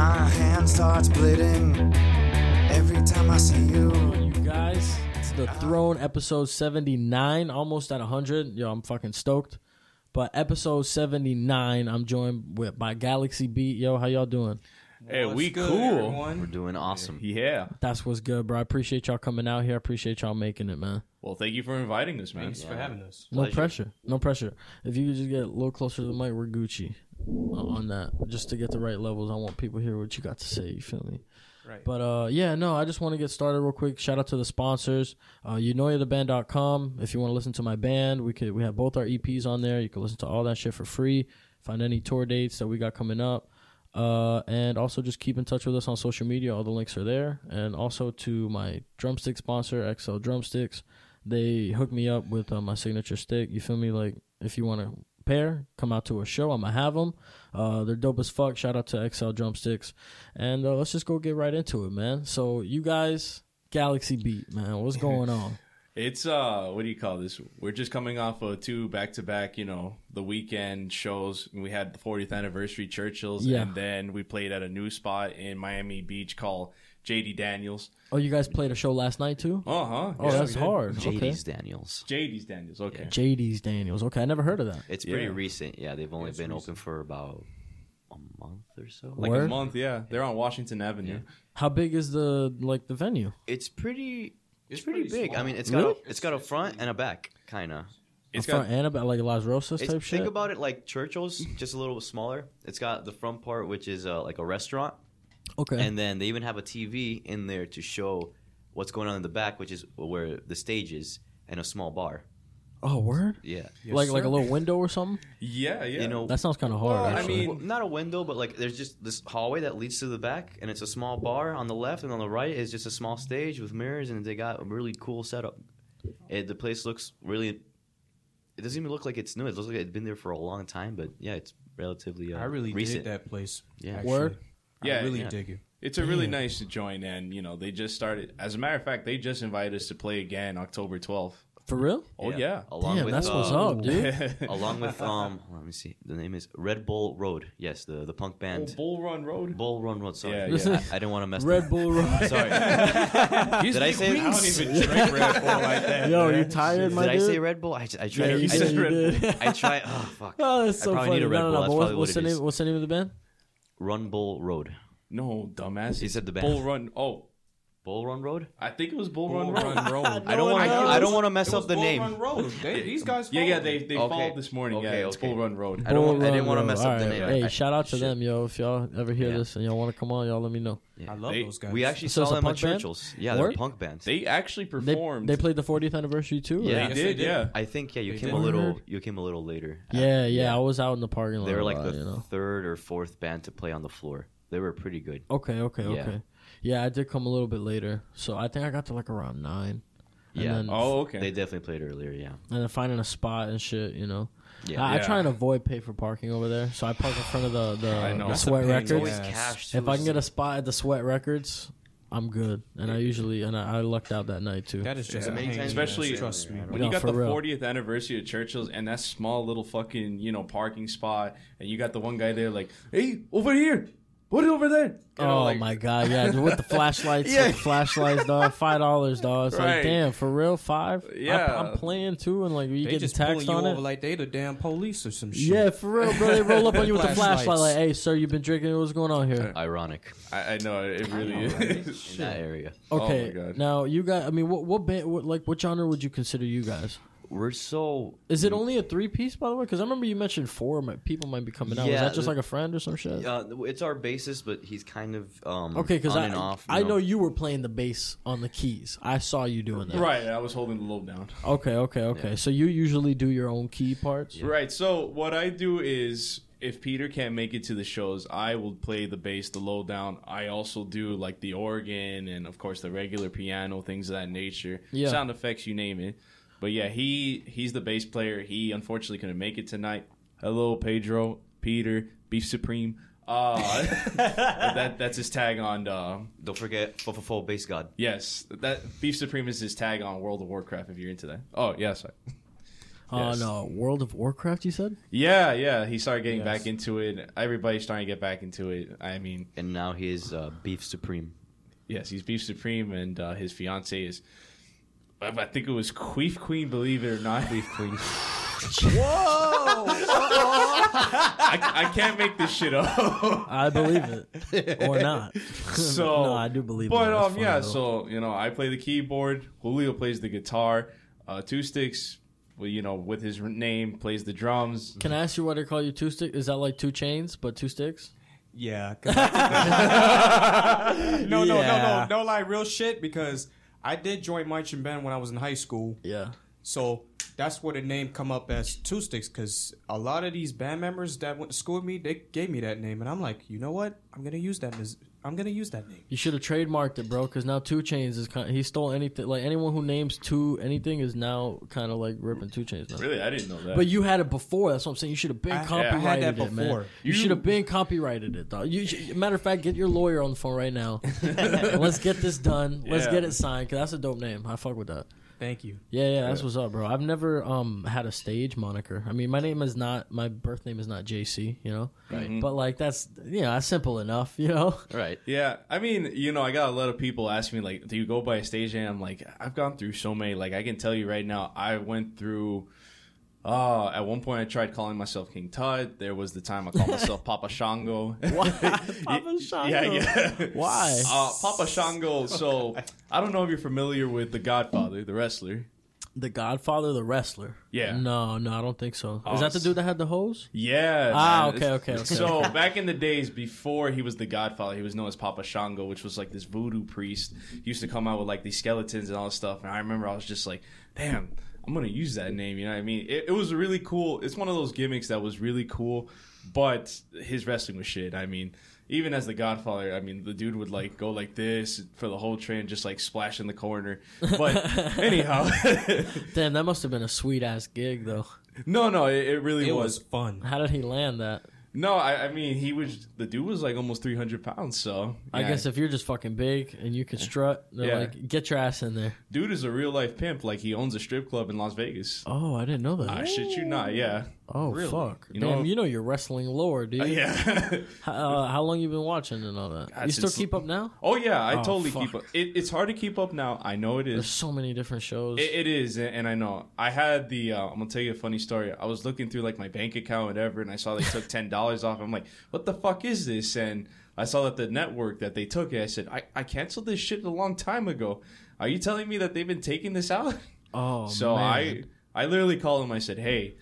mind starts splitting every time I see you. you guys. It's the Throne episode 79, almost at 100. Yo, I'm fucking stoked. But episode 79, I'm joined with by Galaxy Beat. Yo, how y'all doing? Hey, What's we good, cool. everyone? We're doing awesome. Yeah. That's what's good, bro. I appreciate y'all coming out here. I appreciate y'all making it, man. Well, thank you for inviting us, man. Thanks for having us. No pressure. No pressure. If you could just get a little closer to the mic, we're Gucci uh, on that. Just to get the right levels, I want people to hear what you got to say. You feel me? Right. But uh, yeah, no, I just want to get started real quick. Shout out to the sponsors. Uh, you know you're the band.com. If you want to listen to my band, we could we have both our EPs on there. You can listen to all that shit for free. Find any tour dates that we got coming up. Uh, and also just keep in touch with us on social media. All the links are there. And also to my drumstick sponsor, XL Drumsticks. They hooked me up with uh, my signature stick. You feel me? Like if you want to pair, come out to a show. I'm gonna have them. Uh, they're dope as fuck. Shout out to XL Drumsticks. And uh, let's just go get right into it, man. So you guys, Galaxy Beat, man, what's going on? It's uh, what do you call this? We're just coming off of two back-to-back, you know, the weekend shows. We had the 40th anniversary Churchill's, Yeah. and then we played at a new spot in Miami Beach called JD Daniels. Oh, you guys played a show last night too? Uh huh. Oh, that's hard. Okay. JD's Daniels. JD's Daniels. Okay. JD's Daniels. Okay, I never heard of that. It's pretty Yeah. recent. Yeah, they've only it's been recent. open for about a month or so. Like Word? a month, yeah. They're on Washington Avenue. How big is the like the venue? it's pretty. It's, It's pretty, pretty big. I small. mean, it's got Really? a, it's got a front and a back, kind of. It's a front got and a back, like Las Rosas It's- type Think shit. about it like Churchill's, just a little smaller. It's got the front part, which is uh, like a restaurant, okay, and then they even have a TV in there to show what's going on in the back, which is where the stage is, and a small bar. oh word, Yeah, like like a little window or something. yeah, yeah. you know. That sounds kind of hard. Well, I actually. mean- Well, not a window, but like there's just this hallway that leads to the back, and it's a small bar on the left, and on the right is just a small stage with mirrors, and they got a really cool setup. It, the place looks really. It doesn't even look like it's new. It looks like it's been there for a long time, but yeah, it's relatively. Uh, I really recent. dig that place. Yeah. actually. Word? Yeah, I really yeah. dig it. It's a really nice joint, and you know they just started. As a matter of fact, they just invited us to play again October 12th. for real. Oh yeah. Along Damn, with that's what's uh, up, dude. along with um, let me see. The name is Red Bull Road. Yes, the the punk Old band Oh, Bull Run Road. Bull Run Road. Sorry, Yeah, yeah. I, I didn't want to mess. Red them. Bull Road. Sorry. Did I say? I don't even drink Red Bull like that. Yo, you tired, Did my I dude? say Red Bull? I, I tried. yeah, to- you I, said you Red did. I try. Oh fuck! Oh, that's so I probably funny. need a Red no, no, no. Bull. That's but probably what's, what's what the it is. name? What's the name of the band? Run Bull Road. No, dumbass. He said the band. Bull Run. Oh, Bull Run Road. I think it was Bull, Run Bull Road. Run Road. I don't one want. knows. I don't want to mess It was up the Bull name. Run Road. They, these guys. Yeah, yeah. followed They it. they Okay. followed this morning. Okay, yeah, it's okay. Bull Run Road. I don't. Want, I Bull Run didn't want to Road. mess All up the right. name. Hey, I- shout out to shit. them, yo. If y'all ever hear Yeah. this and y'all want to come on, y'all let me know. I love They- those guys. We actually So it's saw a them at punk band? Churchill's. Yeah, they're a Word? punk band. They actually They, performed. they played the 40th anniversary too. right? Yeah. They Yes, they did. did. Yeah. I think yeah, you They came did. a little. Word. You came a little later. yeah, yeah, Yeah. I was out in the parking lot. They were a like lot, the you know. third or fourth band to play on the floor. They were pretty good. Okay, okay, Yeah. okay. Yeah, I did come a little bit later, so I think I got to like around nine. And Yeah. Then, Oh, okay. They definitely played earlier. Yeah. And then finding a spot and shit, you know. Yeah. I, I try Yeah. and avoid pay for parking over there, so I park in front of the the, I know. the That's a sweat pain. records. It's always Yes. cash. If I can get a spot at the Sweat Records, I'm good. And I usually and I, I lucked out that night too. That is just Yeah. a Many pain. times- Especially- trust me. when No, you got for the real. 40th anniversary of Churchill's and that small little fucking you know parking spot, and you got the one guy there like, hey, over here, put it over there. You know, oh like, my god, yeah, with the flashlights, Yeah. with the flashlights, dog, five dollars, dog. It's like, Right. damn, for real, five. I- Yeah. I'm playing too, and like you They getting just taxed pulling you on over it. like they the damn police or some shit. yeah, for real, bro. They roll up on you with the Flashlights. flashlight, like, "Hey, sir, you've been drinking. What's going on here?" Ironic I, I know it really is. in that area. Okay, my God. now you guys. I mean, what what band? What, like, what genre would you consider you guys? We're so Is it only a three piece, by the way? Because I remember you mentioned four my, people might be coming out. Is Yeah, that just the- like a friend or some shit? Uh, it's our bassist, but he's kind of um, Okay, because on I and off. I know. you were playing the bass on the keys. I saw you doing that. Right, I was holding the low down. Okay. Okay. Okay. So you usually do your own key parts. Right. So what I do is if Peter can't make it to the shows, I will play the bass, the lowdown. I also do like the organ and of course the regular piano, things of that nature. Yeah. Sound effects, you name it. But yeah, he he's the bass player. He unfortunately couldn't make it tonight. Hello, Pedro, Peter, Beef Supreme. Uh, that that's his tag on. Uh, Don't forget, Fofofo Bass God. yes, that Beef Supreme is his tag on World of Warcraft. If you're into that. Oh yes, on Yes. uh, World of Warcraft. You said Yeah, yeah. He started getting Yes. back into it. Everybody's starting to get back into it. I mean, And now he is uh, beef supreme. yes, he's Beef Supreme, and uh, his fiance is. I I think it was Queef Queen, believe it or not. Queef Queen. I, I can't make this shit up. I believe it or not. So no, I do believe. But that. That's um, funny, yeah. though. So you know, I play the keyboard. Julio plays the guitar. Uh, Two Sticks, well, you know, with his name, plays the drums. can I ask you why they call you two stick? Is that like two chains but two sticks? Yeah. 'cause I- no, no, Yeah. no, no, no, like real shit because I did join marching band when I was in high school, Yeah. so that's where the name come up as Two Sticks because a lot of these band members that went to school with me they gave me that name and I'm like, you know what? I'm gonna use that. Mis- I'm gonna use that name. You should have trademarked it, bro. Because now Two Chains is kind. he stole anything. Like anyone who names two anything is now kind of like ripping Two Chains. Now. Really, I didn't know that. But you had it before. That's what I'm saying. You should have been I- yeah, I copyrighted had that it, man. before. You, should have been copyrighted it, dog. You sh- matter of fact, get your lawyer on the phone right now. Let's get this done. Let's Yeah. get it signed. Cause that's a dope name. I fuck with that. Thank you. Yeah, yeah, that's what's up, bro. I've never um had a stage moniker. I mean, my name is not my birth name is not JC, you know. Right. But like that's you know that's simple enough, you know. Right. Yeah, I mean, you know, I got a lot of people ask me like, "Do you go by a stage name?" I'm like, I've gone through so many. Like, I can tell you right now, I went through. Uh, at one point, I tried calling myself King Tut. There was the time I called myself Papa Shango. Why, Papa Shango? Yeah, yeah. Why? Uh, Papa Shango. So I don't know if you're familiar with the Godfather, the wrestler. The Godfather, the wrestler. Yeah. No, no, I don't think so. Oh, is that the it's- dude that had the hose? Yeah. Ah, man. okay, It's- okay, okay, So back in the days before he was the Godfather, he was known as Papa Shango, which was like this voodoo priest. He used to come out with like these skeletons and all this stuff. And I remember I was just like, damn, I'm gonna use that name. You know what I mean? It, it was really cool. It's one of those gimmicks that was really cool, but his wrestling was shit. I mean. Even as the Godfather, I mean, the dude would like go like this for the whole train, just like splash in the corner. But anyhow, Damn, that must have been a sweet ass gig though. no, no, it, it really It was was fun. How did he land that? No, I, I mean he was the dude was like almost three hundred pounds. So I yeah, guess if you're just fucking big and you can strut, they're Yeah. like, get your ass in there. dude is a real life pimp. Like he owns a strip club in Las Vegas. Oh, I didn't know that. I shit you not. Yeah, oh, fuck. You Damn, know- Oh, you know your wrestling lore, dude. yeah. How, uh, how long you been watching and all that? you still since- keep up now? oh yeah, I Oh, totally fuck. keep up. It, it's hard to keep up now. I know it There's is. so many different shows. It, it is, and and I know. I had the. Uh, I'm gonna tell you a funny story. I was looking through like my bank account, and whatever, and I saw they took ten dollars off. I'm like, what the fuck is this? And I saw that the network that they took it. I said, I, I canceled this shit a long time ago. Are you telling me that they've been taking this out? oh, So man. I I literally called them. I said, "Hey,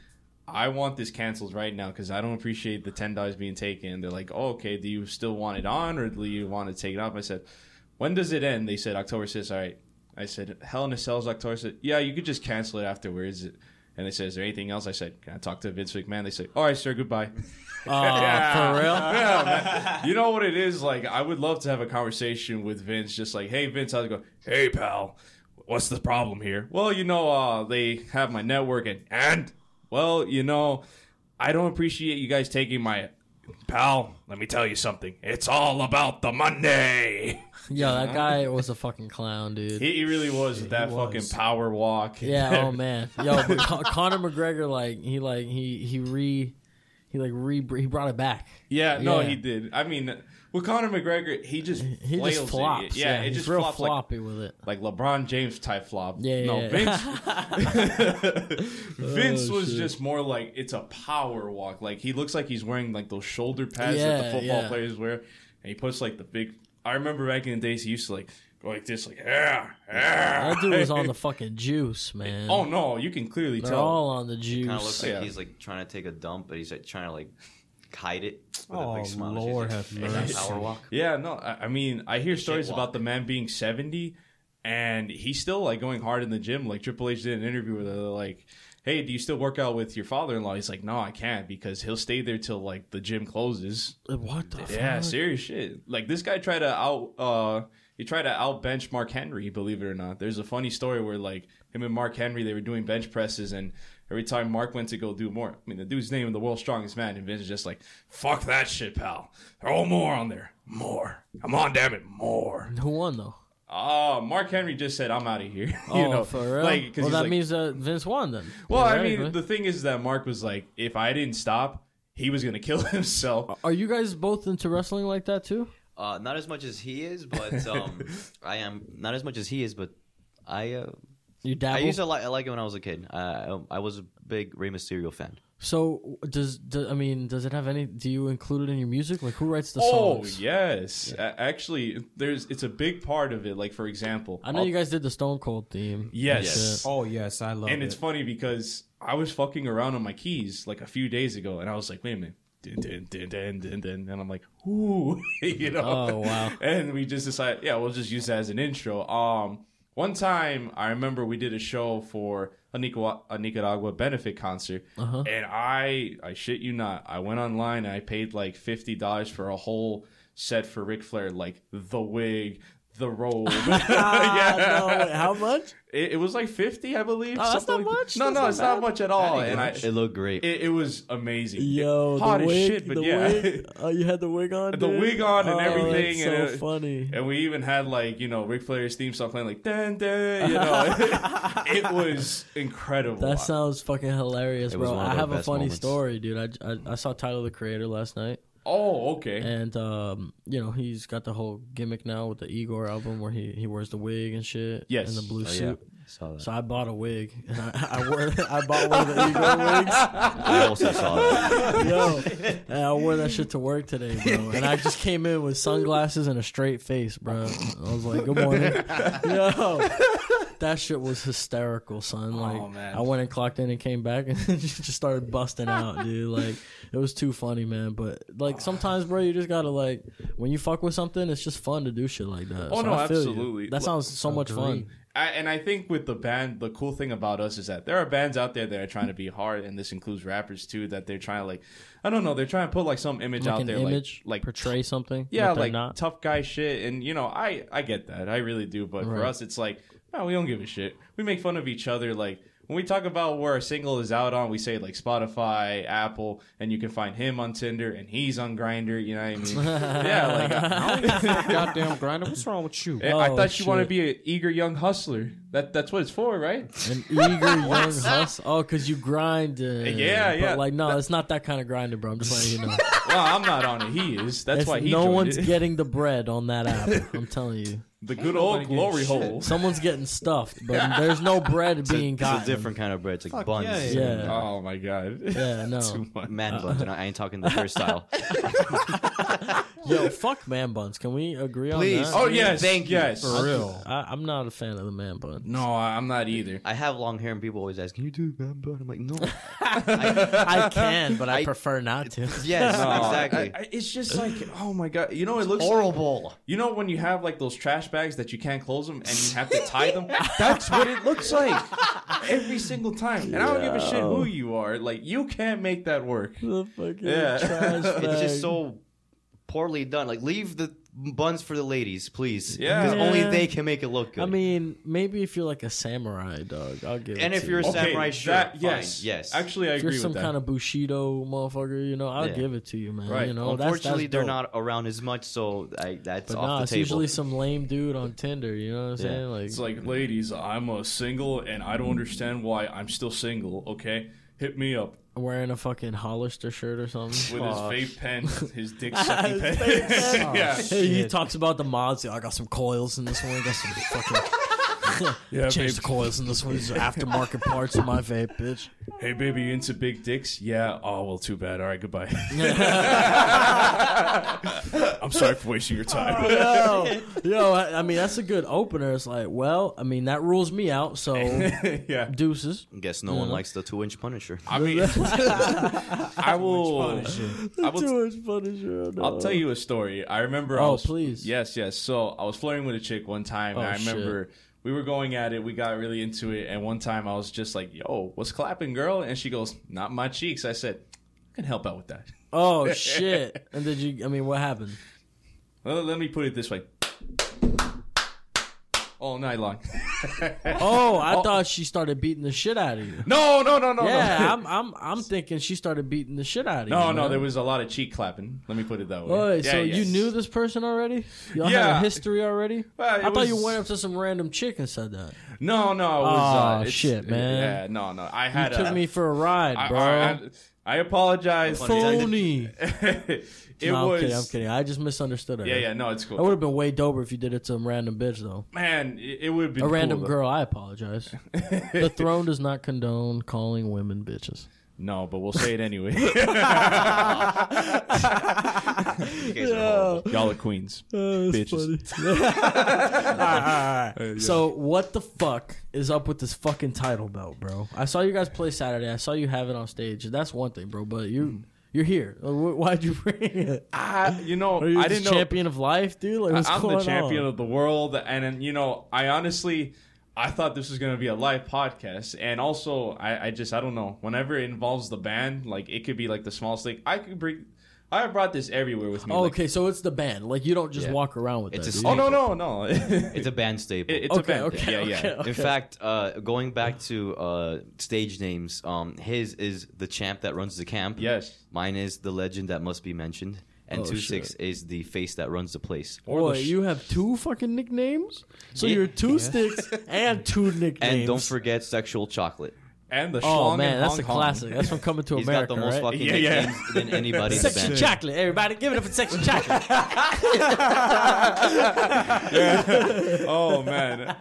I want this canceled right now because I don't appreciate the ten dollars being taken." They're like, oh, "Okay, do you still want it on or do you want to take it off?" I said, "When does it end?" They said October 6th. All right. I said, "Hell in a Cell's October 6th. Yeah, you could just cancel it afterwards." And they said, "Is there anything else?" I said, "Can I talk to Vince McMahon?" They said, "All right, sir. Goodbye." Oh, for real? you know what it is like i would love to have a conversation with vince just like hey vince how's it going hey pal what's the problem here well you know uh they have my network and and well you know i don't appreciate you guys taking my pal let me tell you something it's all about the monday Yo, that guy was a fucking clown, dude. he, he really was with that fucking power walk Yeah. Oh man. Yo, but Con- Conor McGregor, like he, like he, he re, he like re, he brought it back. Yeah, no, Yeah. he did. I mean, with Conor McGregor, he just He flails just it. flops. Yeah, it he's just real flops like floppy with it. like LeBron James type flop. Yeah, no, yeah, Vince. Vince Oh, was shit. just more like it's a power walk. Like he looks like he's wearing like those shoulder pads that the Yeah, football yeah. players wear, and he puts like the big. I remember back in the days he used to like go like this, like yeah, yeah. That dude was on the fucking juice, man. Oh no, you can clearly They're tell. all on the Kind of looks juice. like Yeah. he's like trying to take a dump, but he's like trying to like hide it. With a Oh, big smile. Lord It's just- have it's like mercy. Power walk. yeah, no, I, I mean I hear stories walk. about the man being seventy, and he's still like going hard in the gym. Like Triple H did an interview where they're like. Hey, do you still work out with your father-in-law? He's like, no, I can't because he'll stay there till like the gym closes. What the? Yeah, fuck? serious shit. Like this guy tried to out uh he tried to outbench Mark Henry, believe it or not. There's a funny story where like him and Mark Henry they were doing bench presses and every time Mark went to go do more, I mean the dude's name the world's strongest man and Vince is just like, Fuck that shit, pal. Throw more on there. More. Come on, damn it, more. Who won though? Uh, Mark Henry just said, "I'm out of here." you oh, know, for real? Like, 'cause well, he's that like- means that Vince won then. Well, I theoretically. mean, the thing is that Mark was like, "If I didn't stop, he was gonna kill himself." are you guys both into wrestling like that too? Uh, not as much as he is, but um, I am not as much as he is, but I uh, You I dabble. used to like I like it when I was a kid. Uh, I was a big Rey Mysterio fan. so does, do- I mean does it have any? Do you include it in your music? Like who writes the Oh songs? yes, A- actually, there's it's a big part of it. Like for example, I know I'll- you guys did the Stone Cold theme. and Yes. shit. Oh yes, I love and it. it's funny because I was fucking around on my keys like a few days ago, and I was like, wait a minute. Dun, dun, dun, dun, dun, dun. And I'm like, ooh, you know. Oh, wow. And we just decided, yeah, we'll just use that as an intro. Um, one time I remember we did a show for a, Nicar- a Nicaragua benefit concert, and I, I shit you not, I went online and I paid like fifty dollars for a whole set for Ric Flair, like the wig, the robe. yeah, how much? it, it was like 50, I believe. Oh, that's something not like much. No, That's no, not it's not bad. much at all. Oh, And I, It looked great. it, it was amazing. Yo, hot the as wig, shit, but the yeah. wig. Oh, you had the wig on. The dude? wig on and Oh, everything, That's and so it- funny. And we even had like you know Ric Flair's theme song playing like dun dun, you know, it was incredible. That sounds fucking hilarious, It was bro. one of I the have a best funny moments. story, dude. I, I, I saw Tyler the Creator last night, oh, okay. and um, you know he's got the whole gimmick now with the Igor album where he, he wears the wig and shit, Yes. and the blue Oh, yeah. suit. Saw that. So I bought a wig, and I, I wore I bought one of the Igor wigs. I also saw that. Yo, and I wore that shit to work today, bro. And I just came in with sunglasses and a straight face, bro. I was like, "Good morning." Yo, that shit was hysterical, son. Like, Oh, man. I went and clocked in and came back and just started busting out, dude. Like, it was too funny, man. But like, sometimes, bro, you just gotta like, when you fuck with something, it's just fun to do shit like that. Oh, So no, I feel you. absolutely. That sounds so much fun. I, and I think with the band, the cool thing about us is that there are bands out there that are trying to be hard, and this includes rappers too. That they're trying to like, I don't know, they're trying to put like some image Like out an there, image, like, like portray something. yeah, that they're like not. tough guy shit. And you know, I I get that, I really do. But for Right. us, it's like, no, we don't give a shit. We make fun of each other. Like when we talk about where a single is out on, we say like Spotify, Apple, and you can find him on Tinder and he's on Grinder. You know what I mean? yeah, like I, Goddamn grinder, what's wrong with you? I Oh, thought you shit. want to be an eager young hustler. That that's what it's for, right? An eager young hustle. Oh, cause you grind. it. Yeah, But, yeah. Like, no, it's not that kind of grinding, bro. I'm just letting you know. well, I'm not on it. He is. That's It's- why he no joined one's it. getting the bread on that app. I'm telling you, the good old getting glory shit. hole. someone's getting stuffed, but there's no bread It's a- being it's a gotten. different kind of bread. It's like Fuck buns, Uh, yeah, Yeah. Oh my god. Yeah, no. Too much. man buns. And I ain't talking the hairstyle. Yo, fuck man buns. Can we agree Please. on that? Oh yes. Thank you. Yes. For real. I, I'm not a fan of the man bun. No, I'm not either. I have long hair, and people always ask, "Can you do man bun?" I'm like, "No." I can, but I, I- prefer not to. yes, No, exactly. I- I- it's just like, oh my god. You know, it looks Horrible. You know when you have like those trash bags that you can't close them and you have to tie them? That's what it looks like every single time. And I don't give a shit who you are. Like you can't make that work. the fucking Yeah. trash It's It's just bag. so poorly done. Like, leave the buns for the ladies, please. Yeah. because only Yeah. they can make it look good. I mean, maybe if you're like a samurai dog, I'll give. And it if to you're a you. sam- Samurai, sure, fine, yes, yes. Actually, I if agree you're some with that. kind of bushido motherfucker, you know, I'll Yeah. give it to you, man. Right. You know, Unfortunately, that's, that's they're dope. not around as much, so I, that's But off nah, the it's table. usually some lame dude on Tinder. You know what I'm Yeah. saying? Like, it's like, ladies, I'm a single and I don't understand why I'm still single. Okay, hit me up wearing a fucking Hollister shirt or something. with Fuck. his vape pen, his dick sucking pen. yeah. Hey, he talks about the mods. I got some coils in this one. got some fucking yeah, changed the coils in this one. These are aftermarket parts in my vape, bitch. Hey, baby, you into big dicks? Yeah. Oh, well, too bad. All right, goodbye. I'm sorry for wasting your time. Yo, yo, I, I mean that's a good opener. It's like, well, I mean that rules me out. So yeah. deuces. Guess no one likes the two-inch Punisher. I mean, I will. I will. much Punisher. No. I'll tell you a story. I remember. I Oh, was, please. Yes, yes. So I was flirting with a chick one time, and Oh, I remember we were going at it. We got really into it, and one time I was just like, "Yo, what's clapping, girl?" And she goes, "Not my cheeks." I said, "I can help out with that." Oh shit! And did you? I mean, what happened? Well, let me put it this way. all night long. Oh, I thought she started beating the shit out of you. no, no, Oh, no, no. yeah, no. I'm, I'm, I'm thinking she started beating the shit out of no, you. no. man. There was a lot of cheek clapping. Let me put it that way. Oh, Yeah, so you yes. knew this person already? Y'all had Yeah. a history already? Well, I it thought you was- went up to some random chick and said that. No, no. It was, Aw, uh, it's- shit, man. Yeah, no, no. I You had took a, me for a ride, I- bro. I, I, I apologize. Phony. it no, I'm was. kidding. I'm kidding. I just misunderstood her. Yeah, yeah. No, it's That cool. would have been way doper if you did it to some random bitch though. Man, it, it would be A random girl. I apologize. the throne does not condone calling women bitches. No, but we'll say it anyway. You guys are horrible. Y'all are queens. Oh, Bitches. So what the fuck is up with this fucking title belt, bro? I saw you guys play Saturday. I saw you have it on stage. That's one thing, bro. But you you're here. Uh, wh- Why'd you bring it? Hmm. I, Ah, you know, Are you I didn't the know. champion of life, dude? Like, what's I'm going the champion on? of the world, and, and you know, I honestly, I thought this was gonna be a live podcast, and also, I, I just, I don't know. Whenever it involves the band, like it could be like the smallest thing. I could bring, I brought this everywhere with me. Oh, like- okay, so it's the band. Like you don't just Yeah. walk around with It's that, a dude. sneak- Oh no, no, no. It's a band staple. It- it's Okay, a band. okay, yeah, okay, yeah. okay. In fact, uh, going back to uh, stage names, um, his is the champ that runs the camp. Yes. Mine is the legend that must be mentioned, and Oh, two six is the face that runs the place. Or Boy, the sh- you have two fucking nicknames. So Yeah. you're two sticks and two nicknames. And don't forget sexual chocolate. And the Oh schlong man, and that's Hong a Kong. classic. That's from coming to He's America, got the most right? fucking Yeah, yeah. nicknames than anybody in the Section band. chocolate, everybody, give it up for section chocolate. oh man.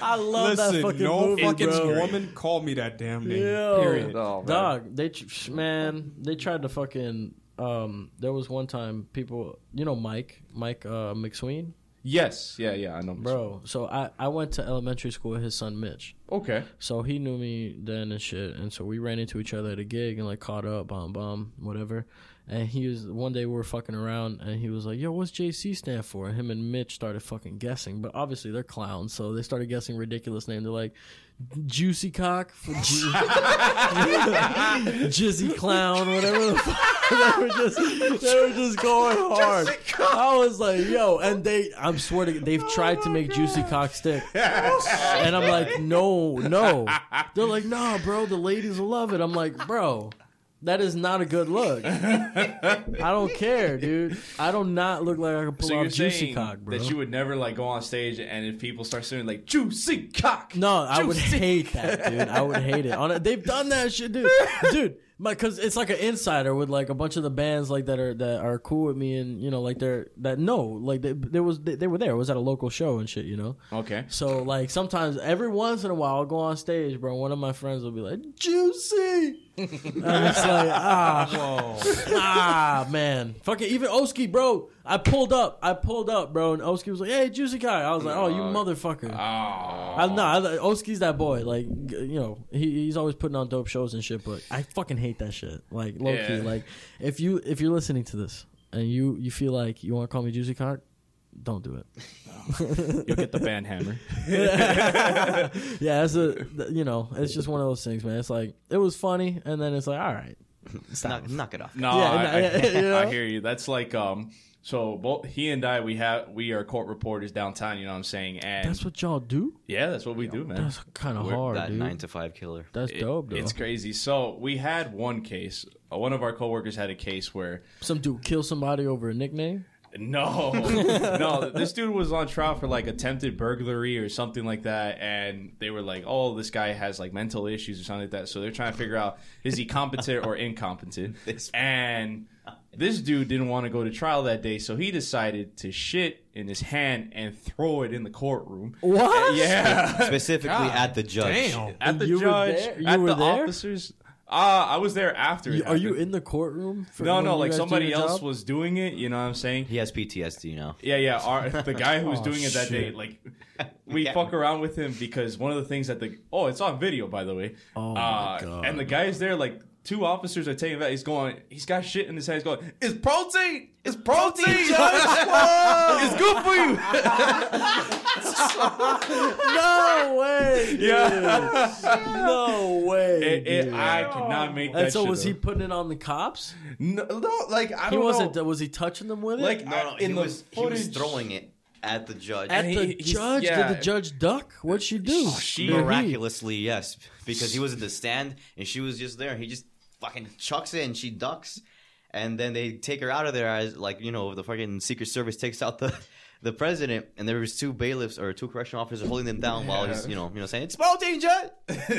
I love that Listen, fucking no movie, fucking bro. woman called me that damn name. Yo, Period. Oh, man. Dog, they tr- sh- man, they tried to fucking. Um, there was one time people, you know, Mike, Mike uh, McSween, Yes. Yeah. Yeah. I know. bro. So I, I went to elementary school with his son Mitch. Okay. So he knew me then and shit, and so we ran into each other at a gig and like caught up, bomb bomb, whatever. And he was one day we were fucking around, and he was like, "Yo, what's JC stand for?" And him and Mitch started fucking guessing, but obviously they're clowns, so they started guessing ridiculous names. They're like, "Juicy cock," for ju- "Jizzy clown," whatever. The fuck. They were just they were just going hard. I was like, "Yo," and they, I'm swear to, they've tried to make Juicy cock stick. And I'm like, no, no. They're like, nah, bro, the ladies will love it. I'm like, bro, that is not a good look. I don't care, dude. I don't not look like I can pull So off you're juicy saying cock, bro. that you would never like go on stage and if people start singing like juicy cock. no, I would Juicy hate that, dude. I would hate it. On they've done that shit, dude. Dude, because it's like an insider with like a bunch of the bands like that are that are cool with me and you know like they're that no like they, there was they, they were there. It was at a local show and shit, you know. Okay. So like sometimes every once in a while I'll go on stage, bro. and One of my friends will be like, "Juicy," and it's like, ah, ah, man, fucking even Oski, bro. I pulled up, I pulled up, bro, and Oski was like, "Hey, Juicy guy." I was like, "Oh, you motherfucker." Oh. I'm not. I, Oski's that boy. Like, g- you know, he, he's always putting on dope shows and shit. But I fucking hate that shit. Like, low key. Yeah. Like, if you if you're listening to this and you you feel like you want to call me Juicy Cock, don't do it. You'll get the band hammer. yeah, it's a th- you know, it's just one of those things, man. It's like it was funny, and then it's like, all right, Knock, knock it off. No, Yeah, I, I, no, yeah, you know? I hear you. That's like um so both he and I we have we are court reporters downtown, you know what I'm saying? And that's what y'all do. yeah, that's what we do, man. That's kind of We're hard, that dude. nine to five killer. that's It- dope, though. it's crazy. So we had one case. Uh, One of our coworkers had a case where Some dude kill somebody over a nickname. No, no. This dude was on trial for like attempted burglary or something like that, and they were like, "Oh, this guy has like mental issues or something like that." So they're trying to figure out is he competent or incompetent. This- And this dude didn't want to go to trial that day, so he decided to shit in his hand and throw it in the courtroom. What? Yeah, Specifically God at the judge. Damn. at the You were judge, there? You at were the there? officers. Uh, I was there after. it Are you happened. in the courtroom? For No, when no. you Like guys do somebody your else job? was doing it. You know what I'm saying? He has PTSD now. Yeah, yeah. Our, the guy who was Aw, doing it that day, Oh, shit. like, we fuck around with him because one of the things that the oh, it's on video by the way. Uh, Oh my God. And the guy's there, like, two officers are taking that. He's going, he's got shit in his head. He's going, it's protein, it's protein, it's good for you. No way. yeah. No way. It- it- dude. I cannot make that. and so shit was he up. putting it on the cops? No, no, like I He don't wasn't. know. Was he touching them with it? Like No, no, in he the was he was footage- throwing it. at the judge. At And the he- he's- judge, yeah. Oh, did the judge duck? What'd she do? She- Or he? Miraculously, yes, because he was at the stand and she was just there. He just fucking chucks it and she ducks, and then they take her out of there as like you know the fucking Secret Service takes out the the president, and there was two bailiffs or two correctional officers holding them down while he's you know you know saying it's small danger.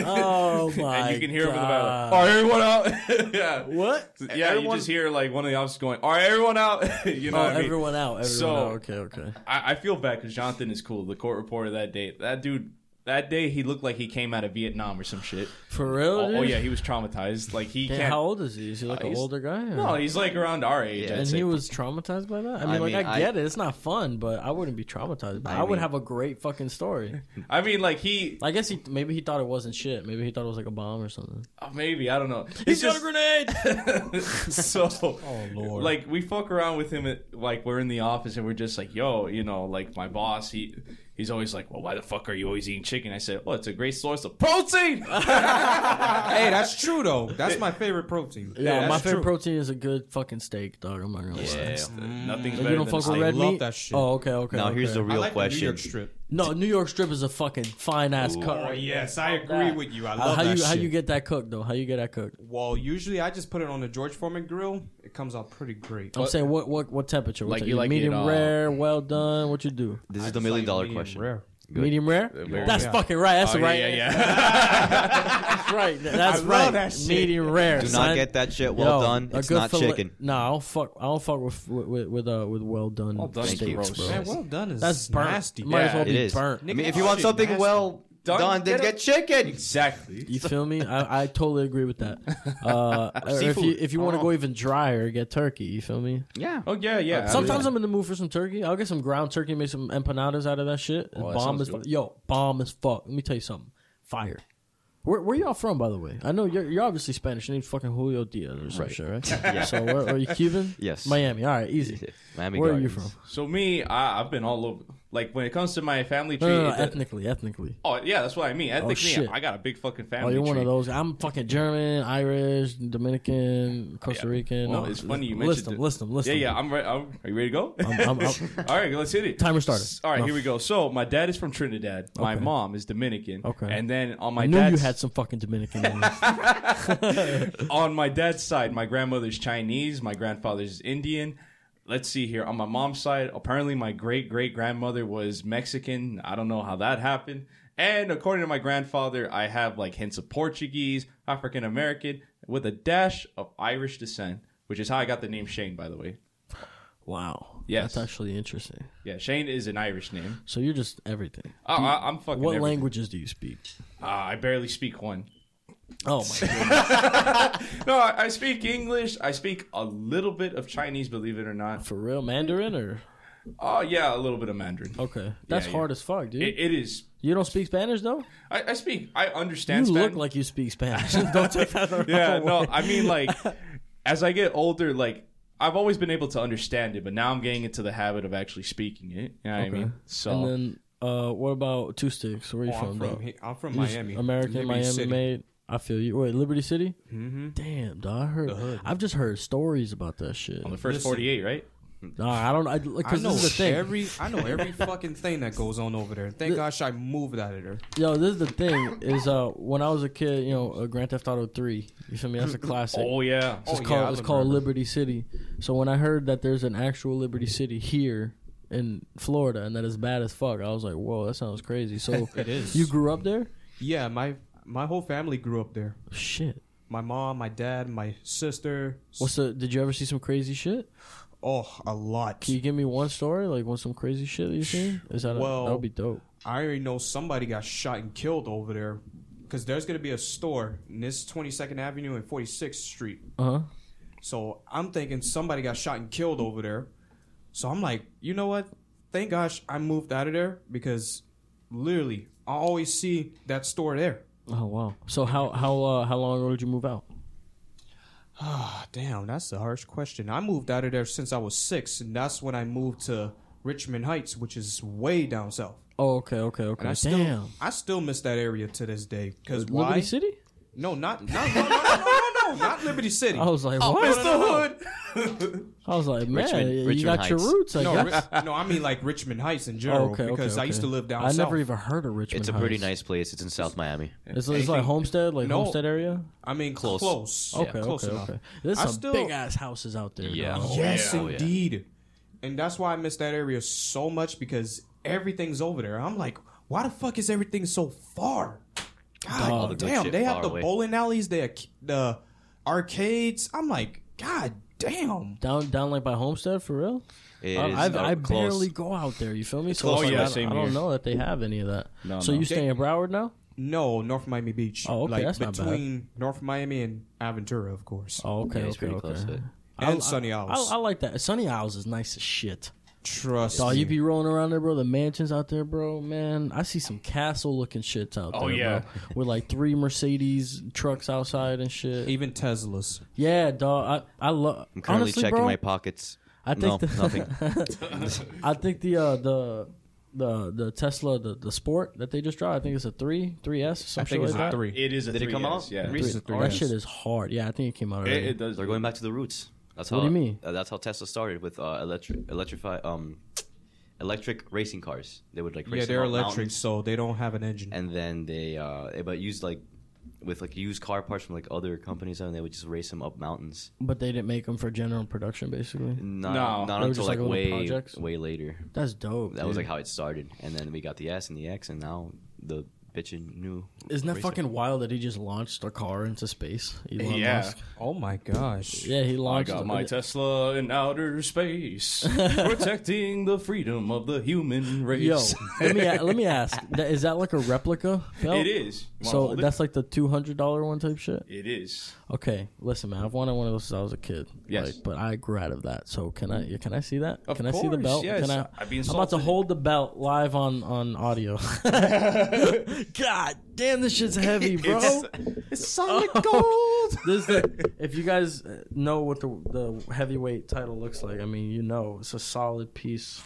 Oh my! and you can hear God. over the battle. All right, everyone out. yeah. What? Yeah, Everyone- you just hear like one of the officers going, "All right, everyone out." you know, Oh, what I mean? everyone out. Everyone So- out. Okay, okay. I, I feel bad because Jonathan is cool. The court reporter that day, that dude, that day he looked like he came out of Vietnam or some shit. For real? Oh, dude? oh, yeah, he was traumatized. Like he Damn, can't. how old is he? Is he like Uh, an he's- older guy? or- no, he's like around our age. Yeah. I'd and say. he was traumatized by that. I mean, mean, like I, I- get it, it's not fun, but I wouldn't be traumatized. But I, I would mean- have a great fucking story. I mean, like he I guess he maybe he thought it wasn't shit. Maybe he thought it was like a bomb or something. oh, maybe I don't know. He's got a grenade. grenade. so, Oh, Lord. like we fuck around with him. At, like we're in the office and we're just like, yo, you know, like my boss, he. He's always like, "Well, why the fuck are you always eating chicken?" I said, "Well, it's a great source of protein." hey, that's true though. That's my favorite protein. Yeah, that's my favorite true. protein is a good fucking steak, dog. I'm not gonna lie. nothing's If better you don't than fuck steak. with red love meat. that shit. Oh, okay, okay. Now here's okay. the I real like the New question. York strip. no New York strip is a fucking fine ass cut. Oh, Oh right yes, I agree that. with you. I there. Uh, love how that you how shit. you get that cooked though? How you get that cooked? well, usually I just put it on the George Foreman grill. It comes out pretty great. I'm saying what what what temperature? What Like, te- you like it, medium uh, rare, well done. What you do? This is the million dollar medium question. rare. Good. Medium rare. very That's rare. fucking right. That's Oh, the right. yeah, answer. yeah, yeah. That's right. That's love right. that shit. Medium rare. Do son. not get that shit. Well Yo, done. a It's good not fillet- chicken. Nah, I don't fuck. I don't fuck with with with uh with well done, Well done is steaks, gross. bro. Man, well done is That's burnt. nasty. Might as well Yeah, It be is. burnt. I mean, if That you want shit something nasty. well Done, done, then get get chicken. exactly. You feel me? I, I totally agree with that. Uh, or if you Seafood. if you want to go even drier, get turkey. You feel me? Yeah. Oh yeah, yeah. Sometimes I'm in the mood for some turkey. I'll get some ground turkey, make some empanadas out of that shit. It's Oh, that bomb sounds as fu- good. yo, bomb as fuck. Let me tell you something. Fire. Where, where y'all from, by the way? I know you're, you're obviously Spanish. Your name's fucking Julio Diaz or some Right. shit, right? So where, are you Cuban? Yes. Miami. All right, easy. Miami where are you Gardens. from? So me, I, I've been all over. Like when it comes to my family tree. No, no, no, it- ethnically, ethnically. oh yeah, that's what I mean. Ethnically, shit. I got a big fucking Oh, family. you're one tree. of those. I'm fucking German, Irish, Dominican, Costa Rican. Well, No, it's funny you list mentioned them, it. list them, list Yeah, them. yeah. I'm ready. I'm, are you ready to go? I'm- I'm- all right, let's hit it. Timer started. S- All right, No. here we go. So my dad is from Trinidad. My Okay. mom is Dominican. Okay. And then on I my knew you dad's had some fucking Dominican. in you. on my dad's side, my grandmother's Chinese, my grandfather's Indian. Let's see here. On my mom's side, apparently my great great grandmother was Mexican. I don't know how that happened. And according to my grandfather, I have like hints of Portuguese, African American, with a dash of Irish descent, which is how I got the name Shane, by the way. wow. Yes. That's actually interesting. Yeah, Shane is an Irish name. So you're just everything. Oh, I, I'm fucking. What everything. languages do you speak? Uh, I barely speak one. Oh my god. No, I, I speak English. I speak a little bit of Chinese, believe it or not. For real, Mandarin or Oh yeah, a little bit of Mandarin. okay? That's yeah. hard as fuck, dude. It, it is you don't speak Spanish though. I, I speak. I understand. You Spanish. look like you speak Spanish. don't take that. The Yeah, wrong no. way. I mean, like, as I get older, like I've always been able to understand it, but now I'm getting into the habit of actually speaking it. You know what I mean? So And then, uh, what about two sticks? Where you Oh, from, I'm bro? from, he- I'm from You just Miami. American Liberty Miami City. made. I feel you. Wait, Liberty City? Mm-hmm. Damn, dog. I heard. I've just heard stories about that shit. on the first 48, right? Nah, I don't. I, like, I Cause know this is the thing. every I know every fucking thing that goes on over there. Thank gosh I moved out of there. Yo, this is the thing. Is uh, when I was a kid, you know, uh, Grand Theft Auto Three. You feel me? That's a classic. Oh yeah. Oh, It's yeah, called I it's called remember. Liberty City. So when I heard that there's an actual Liberty City here in Florida and that it's bad as fuck, I was like, whoa, that sounds crazy. So It is. You grew up there? Yeah, my my whole family grew up there. Shit. My mom, my dad, my sister. What's the? Did you ever see some crazy shit? oh, a lot. Can you give me one story, like one some crazy shit that you seen? Is that a- Well- that would be dope? I already know somebody got shot and killed over there because there's going to be a store in this 22nd Avenue and 46th Street. Uh huh. So I'm thinking somebody got shot and killed over there. So I'm like, you know what? Thank gosh I moved out of there because literally I always see that store there. Oh wow. So how how uh, how long ago did you move out? Ah, damn, that's a harsh question. I moved out of there since I was six, and that's when I moved to Richmond Heights, which is way down south. Oh okay okay okay. And I Damn. still, I still miss that area to this day. Cause why? Liberty City? No, not not no no no no, no, no, Not Liberty City. I was like, Oh, what? I was like, man, Richmond- you Richmond got your Heights. roots, I no, guess. Ri- no, I mean like Richmond Heights in Oh, general because I used to live down I south. never even heard of Richmond. It's a pretty Heights. nice place. It's in South Miami. It's, it's like Homestead, like No. Homestead area. I mean Close. close. Yeah, Okay, close okay, enough. okay. There's I some still- big ass houses out there. Yeah. dog. Oh, yes, yeah. Oh, yeah. indeed. And that's why I miss that area so much because everything's over there. I'm like, why the fuck is everything so far? God All the good damn, shit they far have the away. bowling alleys, they have the arcades. I'm like, God damn. Down, down like by Homestead for real. It I, is, I've- uh, I close. barely go out there. You feel me? So close it's to like, us. I, Same I don't here. know that they have any of that. No, so no. you stay in Broward now? No, North Miami Beach. Oh, okay, like that's not bad. between North Miami and Aventura, of course. Oh, okay, Yeah, it's okay, pretty okay. close to it. and Sunny I, Isles. I like that. Sunny Isles is nice as shit. Trust Dog, me. you be rolling around there, bro. The mansions out there, bro. Man, I see some castle looking shits out there. Oh, yeah. bro, with like three Mercedes trucks outside and shit. even Teslas. Yeah, dog. I I love. I'm currently honestly, checking bro, my pockets. I think no, the- nothing. I think the uh, the the the Tesla the, the Sport that they just dropped. I think it's a three three S. Some I shit think it's like a that. three. It is a Did it 3S, come out Yeah. Three- It's a that 3S. shit is hard. Yeah, I think it came out It, already. it does. They're going back to the roots. That's how. What do you mean? uh, that's how Tesla started with uh, electric, electrify, um, electric racing cars. They would like race Yeah, they're them up electric, mountains, so they don't have an engine. and then they uh, eh, but used like with like used car parts from like other companies, and they would just race them up mountains. but they didn't make them for general production, basically. Not, No. not They were until just, like, like, little way projects? way later. That's dope. That was dude. like how it started, and then we got the S and the X, and now the bitchin' new. Isn't that racer. fucking wild that he just launched a car into space? Elon Yeah. Musk. oh my gosh. Yeah, he I launched. got Oh, my Tesla in outer space, protecting the freedom of the human Yo, race. let me let me ask. That, is that like a replica? Belt? it is. You wanna So hold it? that's like the two hundred dollar one type shit. it is. Okay, listen, man. I've wanted one of those since I was a kid. Yes. like, but I grew out of that. So can I? Can I see that? Of can I see the course, belt? yes. Can I? I'd be I'm about to insulted. hold the belt live on on audio. God damn, this shit's heavy, bro. It's solid gold. this the, if you guys uh, know what the the heavyweight title looks like, I mean, you know, it's a solid piece.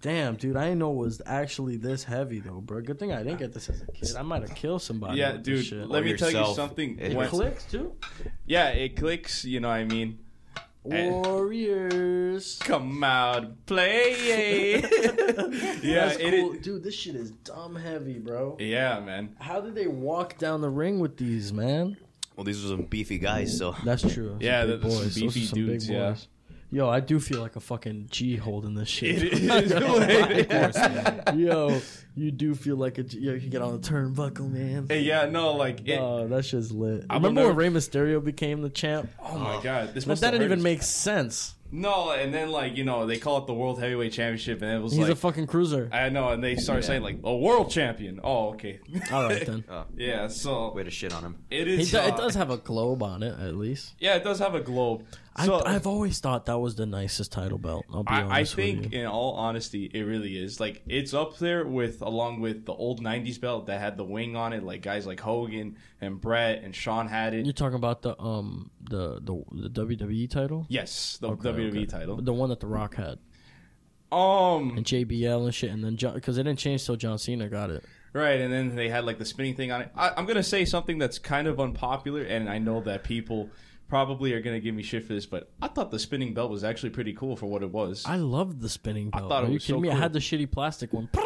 Damn, dude, I didn't know it was actually this heavy though, bro. Good thing I didn't get this as a kid. I might have killed somebody. Yeah, with this dude, shit. Let Or me tell you yourself. something. It When- Clicks too. Yeah, it clicks. You know what I mean? And- Warriors. Come out, play. yeah, That's it, cool. it- dude. This shit is dumb heavy, bro. yeah, man. How did they walk down the ring with these, man? Well, these are some beefy guys, so That's true. Those Yeah, are big that's some boys. Those are beefy some big dudes, yeah. boys. Yo, I do feel like a fucking G holding this shit. It is. yeah. Yo, you do feel like a yo. You get on the turnbuckle, man. yeah, no, like it. Oh, that shit's lit. I Remember when remember- Rey Mysterio became the champ? oh my god, this That, must that have didn't hurt even his- make sense. No, and then like you know they call it the World Heavyweight Championship, and it was He's like a fucking cruiser. I know, and they started saying like a world champion. Oh, okay. All right then. yeah, so way to shit on him. it He is. do, uh, it does have a globe on it, at least. Yeah, it does have a globe. So I, I've always thought that was the nicest title belt. I'll be I, I honest with think, you. in all honesty, it really is. Like, it's up there with, along with the old 90s belt that had the wing on it. Like, guys like Hogan and Brett and Sean had it. You're talking about the um the the, the WWE title, Yes, the Okay, WWE okay. E title. the one that The Rock had, Um, and JBL and shit, and then because it didn't change till John Cena got it. right, and then they had, like, the spinning thing on it. I, I'm going to say something that's kind of unpopular, and I know that people probably are going to give me shit for this, but I thought the spinning belt was actually pretty cool for what it was. I loved the spinning belt. thought it Are you was kidding so me? I cool. had the shitty plastic one.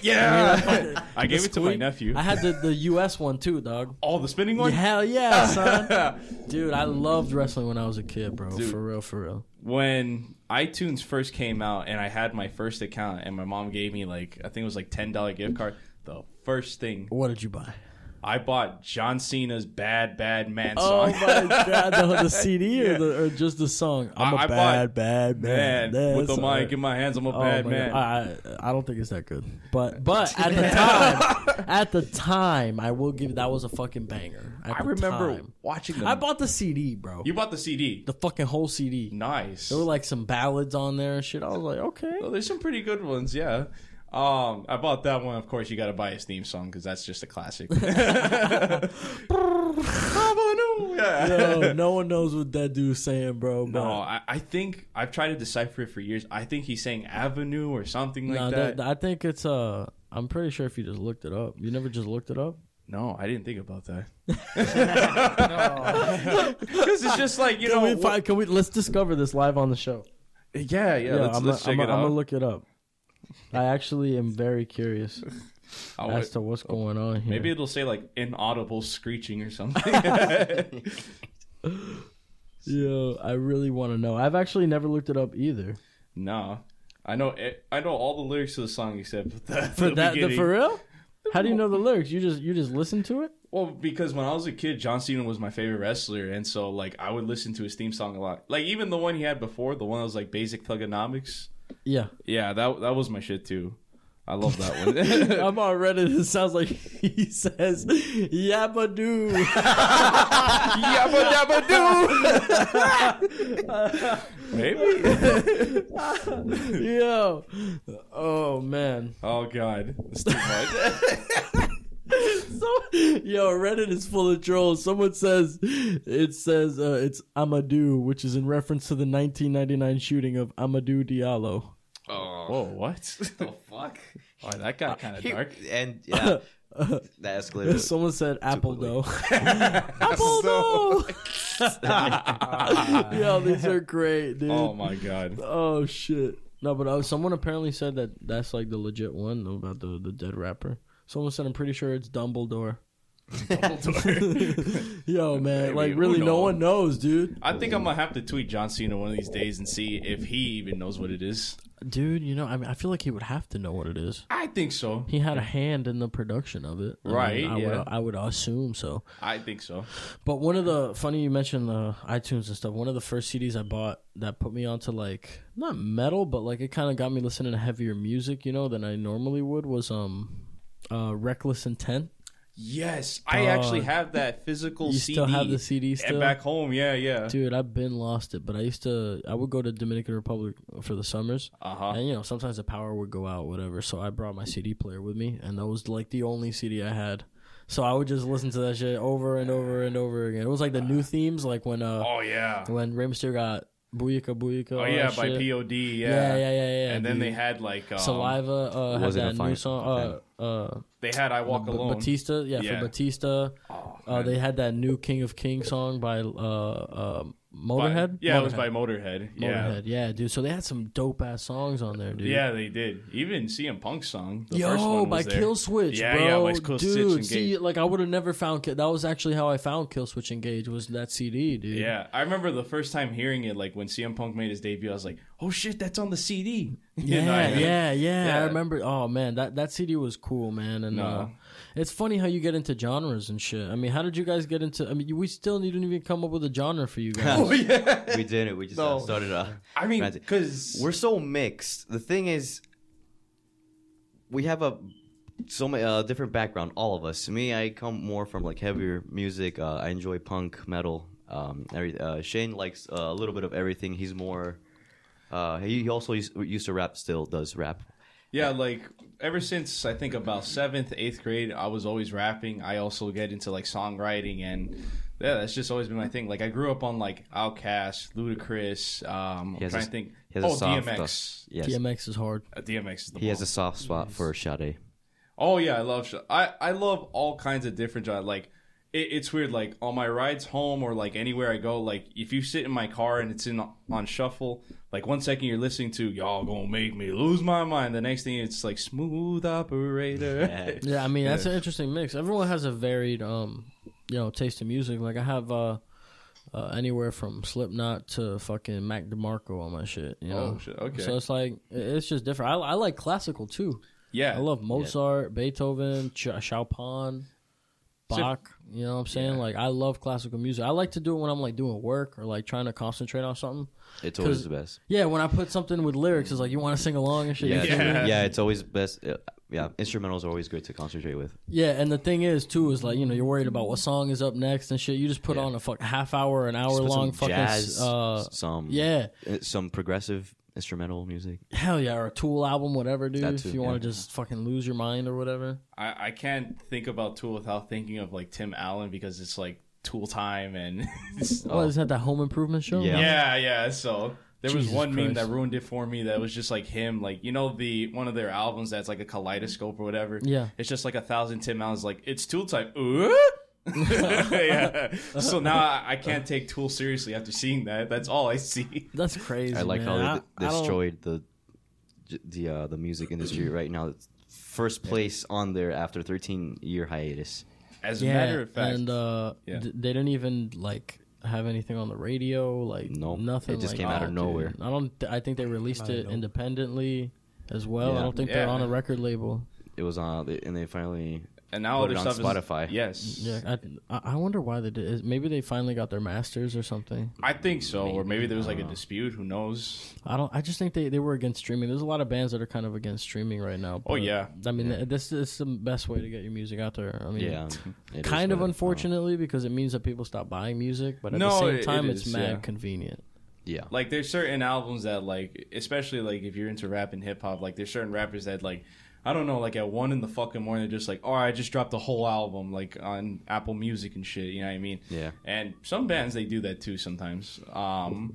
yeah! I The gave it to my squeak. nephew. I had the, the US one too, dog. All the spinning one? Hell yeah, son. Dude, I loved wrestling when I was a kid, bro. For real, for real. when iTunes first came out and I had my first account and my mom gave me like I think it was like ten dollar gift card. The first thing What did you buy? I bought John Cena's "Bad Bad Man" Oh song. my god, the, the CD or, the, or just the song? I'm a I- I bad, bought- bad man. man, with the That's all mic right. in my hands, I'm a Oh bad my man. God. I, I don't think it's that good, but but at the time, at the time, I will give that was a fucking banger. At I the remember time. watching them. I bought the CD, bro. you bought the CD. the fucking whole CD. Nice. There were like some ballads on there and shit. I was like, okay. Well, there's some pretty good ones, yeah. Um, I bought that one. Of course, you got to buy his theme song because that's just a classic. Yeah. Yo, no one knows what that dude's saying, bro. No, but- I, I think I've tried to decipher it for years. I think he's saying Avenue or something like Nah, that. that- I think it's uh I'm pretty sure if you just looked it up. You never just looked it up? No, I didn't think about that. No. Because it's just like you Can know. we, fi- can we let's discover this live on the show? wh- yeah, yeah. let's I'm let's a, check I'm it a, I'm out. gonna look it up. I actually am very curious I as want- to what's going on here. Oh, maybe it'll say like inaudible screeching or something. Yo, I really want to know. I've actually never looked it up either. nah, I know. It, I know all the lyrics to the song except the, For the that, the, beginning. for real? How do you know the lyrics? You just you just listen to it? Well, because when I was a kid, John Cena was my favorite wrestler, and so like I would listen to his theme song a lot. Like even the one he had before, the one that was like Basic Thugonomics. Yeah, Yeah, that that was my shit too. I love that one. I'm on Reddit. It sounds like he says "yabadoo." Yabba dabba doo. Maybe. Yo, oh man. Oh god, it's too much. So, yo, Reddit is full of trolls. Someone says it says uh, it's Amadou, which is in reference to the 1999 shooting of Amadou Diallo. Oh, Whoa, what? the fuck? Oh, that got kind of dark. And yeah, that escalated. Someone said Apple quickly. though. Apple though. yo, these are great, dude. Oh my god. Oh shit! No, but uh, someone apparently said that that's like the legit one though, about the the dead rapper. Someone said I'm pretty sure it's Dumbledore. Yo, man, Maybe. like Who really, no knows? one knows, dude. I think I'm gonna have to tweet John Cena one of these days and see if he even knows what it is. Dude, you know, I mean, I feel like he would have to know what it is. I think so. He had a hand in the production of it, I mean, Right, I, yeah. would, I would assume so. I think so. But one of the funny you mentioned the iTunes and stuff. One of the first CDs I bought that put me onto like not metal, but like it kind of got me listening to heavier music, you know, than I normally would. Was um, uh, Reckless Intent. Yes, I actually Dog. have that physical You CD. still have the CD And still? back home, yeah, yeah. Dude, I've been lost it, but I used to I would go to Dominican Republic for the summers. Uh huh. And you know, sometimes the power would go out, whatever. So I brought my CD player with me, and that was like the only CD I had. So I would just listen to that shit over and over and over again. It was like the new themes, like when uh Oh yeah. when Rey Mysterio got Booyaka Booyaka. Oh all yeah, that by shit. POD. Yeah. Yeah, yeah, yeah, yeah. and then dude. they had like um, Saliva uh, had Wasn't a that fine- new song. Uh, uh, They had I Walk B- Alone. Batista, yeah, Yeah. for Batista. Oh, Uh, man. they had that new King of Kings song by uh, uh, By- Motorhead. Yeah, it was Motorhead. by Motorhead. Yeah. Motorhead, yeah. dude. So they had some dope ass songs on there, dude. Yeah, they did. Even CM Punk's song. The first Yo, one by was there. Kill Switch, Yeah, yeah, bro. by Kill Switch dude, and see, Gage. like I would have never found. Ki- That was actually how I found Kill Switch Engage was that CD, dude. Yeah, I remember the first time hearing it, like when CM Punk made his debut, I was like, "Oh shit, that's on the CD." You know Yeah, what I mean? yeah, yeah, Yeah. I remember. Oh man, that that CD was cool, man. And No. uh, it's funny how you get into genres and shit. I mean, how did you guys get into? I mean, you- we still didn't even come up with a genre for you guys. Oh yeah. we did it. We just No. uh, started. Uh, I mean, Magic. because we're so mixed. The thing is, we have a so many uh, different background. All of us. Me, I come more from like heavier music. Uh, I enjoy punk, metal. Um, every, uh, Shane likes uh, a little bit of everything. He's more. Uh, he, he also used, used to rap. Still does rap. Yeah, like ever since I think about seventh, eighth grade, I was always rapping. I also get into like songwriting, and yeah, that's just always been my thing. Like I grew up on like Outkast, Ludacris. Um, He I'm has trying a- to think. he has a Oh, soft, uh, DMX. Yes. DMX is hard. Uh, DMX is the He has bomb. a soft spot for Sade. Oh yeah, I love. Sh- I I love all kinds of different genres. Like it, it's weird. Like on my rides home or like anywhere I go, like if you sit in my car and it's in on shuffle, like one second you're listening to y'all gonna make me lose my mind. The next thing it's like smooth operator. Yeah, I mean that's an interesting mix. Everyone has a varied, um, you know, taste in music. Like I have uh, uh, anywhere from Slipknot to fucking Mac DeMarco on my shit. You Oh, know? shit, okay. So it's like i- it's just different. I, I like classical too. yeah, I love Mozart, Beethoven, Ch- Chopin, Bach. you know what I'm saying? Like I love classical music. I like to do it when I'm like doing work or like trying to concentrate on something. It's 'Cause- always the best. Yeah, when I put something with lyrics, it's like you want to sing along and shit. You Yeah, can't yeah. yeah, it's always best. uh, Yeah, instrumentals are always great to concentrate with. Yeah, and the thing is too is like you know you're worried about what song is up next and shit. You just put Yeah. on a fuck half hour, an hour Just put long some fucking s- uh, some yeah, uh, some progressive instrumental music. hell yeah, or a Tool album, whatever, dude. That If too, you want yeah. to just fucking lose your mind or whatever. I, I can't think about Tool without thinking of like Tim Allen because it's like Tool time and Oh, is that that Home Improvement show? Yeah. yeah, yeah. So There was Jesus one meme Christ. that ruined it for me. That was just like him, like you know the one of their albums that's like a kaleidoscope or whatever. Yeah. it's just like a thousand Tim Allen's like it's Tool type. Ooh. yeah. So now I, I can't take Tool seriously after seeing that. That's all I see. That's crazy. I like man. I- how they I d- don't- destroyed the j- the uh, the music industry right now. It's first place on there after 13 year hiatus. As yeah, a matter of fact, and uh, Yeah. d- they didn't even like have anything on the radio, like Nope. nothing. It just like came out that, of nowhere. dude. I don't. I think they released out of it nowhere. independently as well. I Yeah. don't think they're Yeah. on a record label. It was on, and they finally and now put other it on stuff Spotify. Is, yes. Yeah, I, I I wonder why they did. Is- Maybe they finally got their masters or something. I think so, or maybe there was like a dispute. Who knows? I don't. I just think they, they were against streaming. There's a lot of bands that are kind of against streaming right now. Oh, yeah. I mean th- this is the best way to get your music out there. I mean, yeah, uh, oh. it is kind of what it- unfortunately because it means that people stop buying music, but at the No, same it- it time, it's is, mad yeah. convenient. yeah, Like there's certain albums that like, especially like if you're into rap and hip hop, like there's certain rappers that like, I don't know, like at one in the fucking morning, they're just like, oh, I just dropped the whole album like on Apple Music and shit. You know what I mean? Yeah. And some bands they do that too sometimes. Um,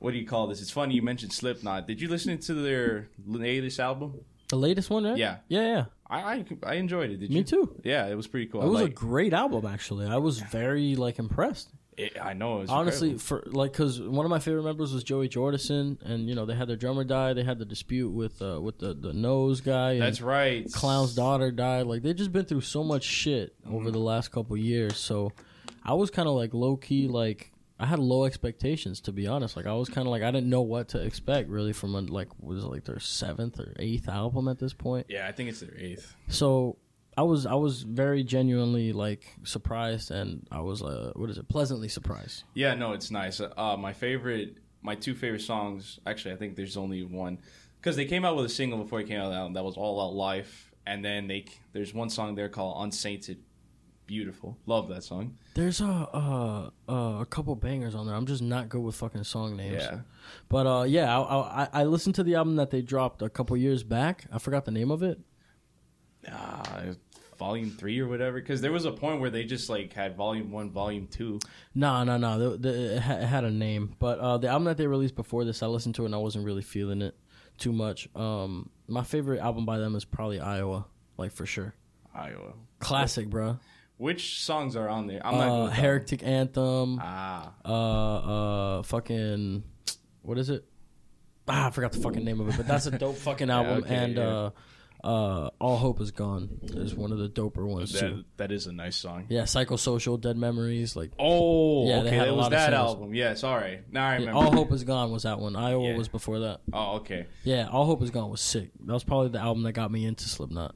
what do you call this? It's funny you mentioned Slipknot. Did you listen to their latest album? The latest one, right? Yeah. yeah, yeah. I I, I enjoyed it. Did Me you? too. Yeah, it was pretty cool. It was like, a great album, actually. I was very like impressed. it- I know. It was Honestly, incredible. for like, cause one of my favorite members was Joey Jordison, and you know they had their drummer die. They had the dispute with uh, with the, the nose guy. And that's right. Clown's daughter died. Like they just been through so much shit Mm-hmm. over the last couple years. So I was kind of like low key. Like I had low expectations to be honest. Like I was kind of like I didn't know what to expect really from a, like was it like their seventh or eighth album at this point. Yeah, I think it's their eighth. So I was I was very genuinely like surprised, and I was uh, what is it pleasantly surprised. Yeah, no, it's nice. Uh, my favorite, my two favorite songs. Actually, I think there's only one because they came out with a single before it came out. with the album That was All Out Life, and then they there's one song there called Unsainted, beautiful. Love that song. There's a uh, uh, a couple bangers on there. I'm just not good with fucking song names. Yeah. But uh, yeah, I, I I- I listened to the album that they dropped a couple years back. I forgot the name of it. Uh, volume three or whatever. Because there was a point where they just like had volume one, volume two. No, no, no. The, the, it ha- it had a name, but uh, the album that they released before this, I listened to it and I wasn't really feeling it too much. Um, my favorite album by them is probably Iowa, like for sure. Iowa. Classic, bro. Which songs are on there? I'm Uh, not. good with that one. Heretic Anthem. Ah, uh, uh, fucking, what is it? Ah, I forgot the fucking name of it, but that's a dope fucking album. okay, and yeah. uh, uh, All Hope Is Gone is one of the doper ones too. that, that is a nice song. Yeah, Psychosocial, Dead Memories, like Oh, Yeah, they okay. had That a was lot of that singles. album. Yes. All right. Now Oh, I yeah, remember. All Hope Is Gone was that one. Iowa Yeah. was before that. oh, okay. Yeah, All Hope Is Gone was sick. That was probably the album that got me into Slipknot.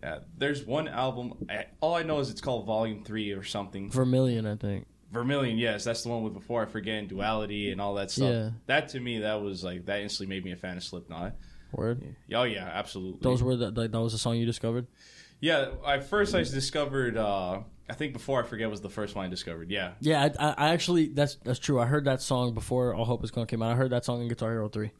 Yeah, Uh, there's one album. I, all I know is it's called Volume Three or something. Vermilion, I think. Vermilion. Yes, that's the one with Before I Forget and Duality and all that stuff. Yeah. That to me, that was like that instantly made me a fan of Slipknot. Word. Oh yeah, absolutely. Those were the, like that was the song you discovered. yeah, I first I discovered. uh I think Before I Forget was the first one I discovered. Yeah. Yeah, I, I, I actually that's that's true. I heard that song before All Hope Is Gone came out. I heard that song in Guitar Hero Three.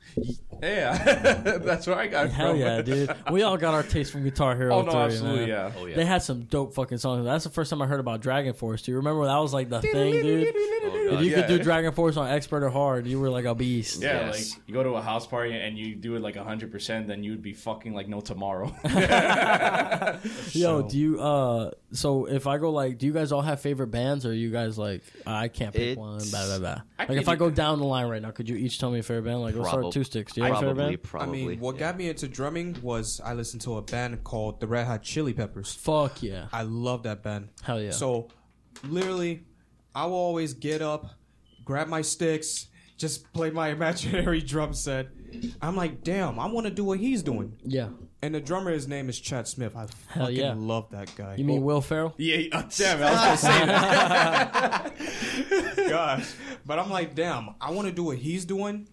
Yeah. that's where I got it Hell from. yeah, dude! We all got our taste from Guitar Hero. Oh no, 3, absolutely. man. Yeah. Oh, yeah. They had some dope fucking songs. That's the first time I heard about Dragon Force. Do you remember that was like the thing, dude? Oh, If you could do Yeah. Dragon Force on expert or hard, you were like a beast. Yeah, Yes. like you go to a house party and you do it like hundred percent, then you'd be fucking like no tomorrow. Yo, So- do you uh so if I go like do you guys all have favorite bands or are you guys like I can't pick It's- one, blah blah blah. I Like if can- I go down the line right now, could you each tell me a favorite band? Like let's start Probab- two sticks. Do you have a favorite probably, band? I probably. mean, what yeah. got me into drumming was I listened to a band called the Red Hot Chili Peppers. Fuck yeah. I love that band. Hell yeah. So, literally, I will always get up, grab my sticks, just play my imaginary drum set. I'm like, damn, I want to do what he's doing. yeah. And the drummer, his name is Chad Smith. I Hell fucking yeah. love that guy. You mean Will Ferrell? yeah, oh, uh, damn, I was gonna say that. gosh. But I'm like, damn, I want to do what he's doing.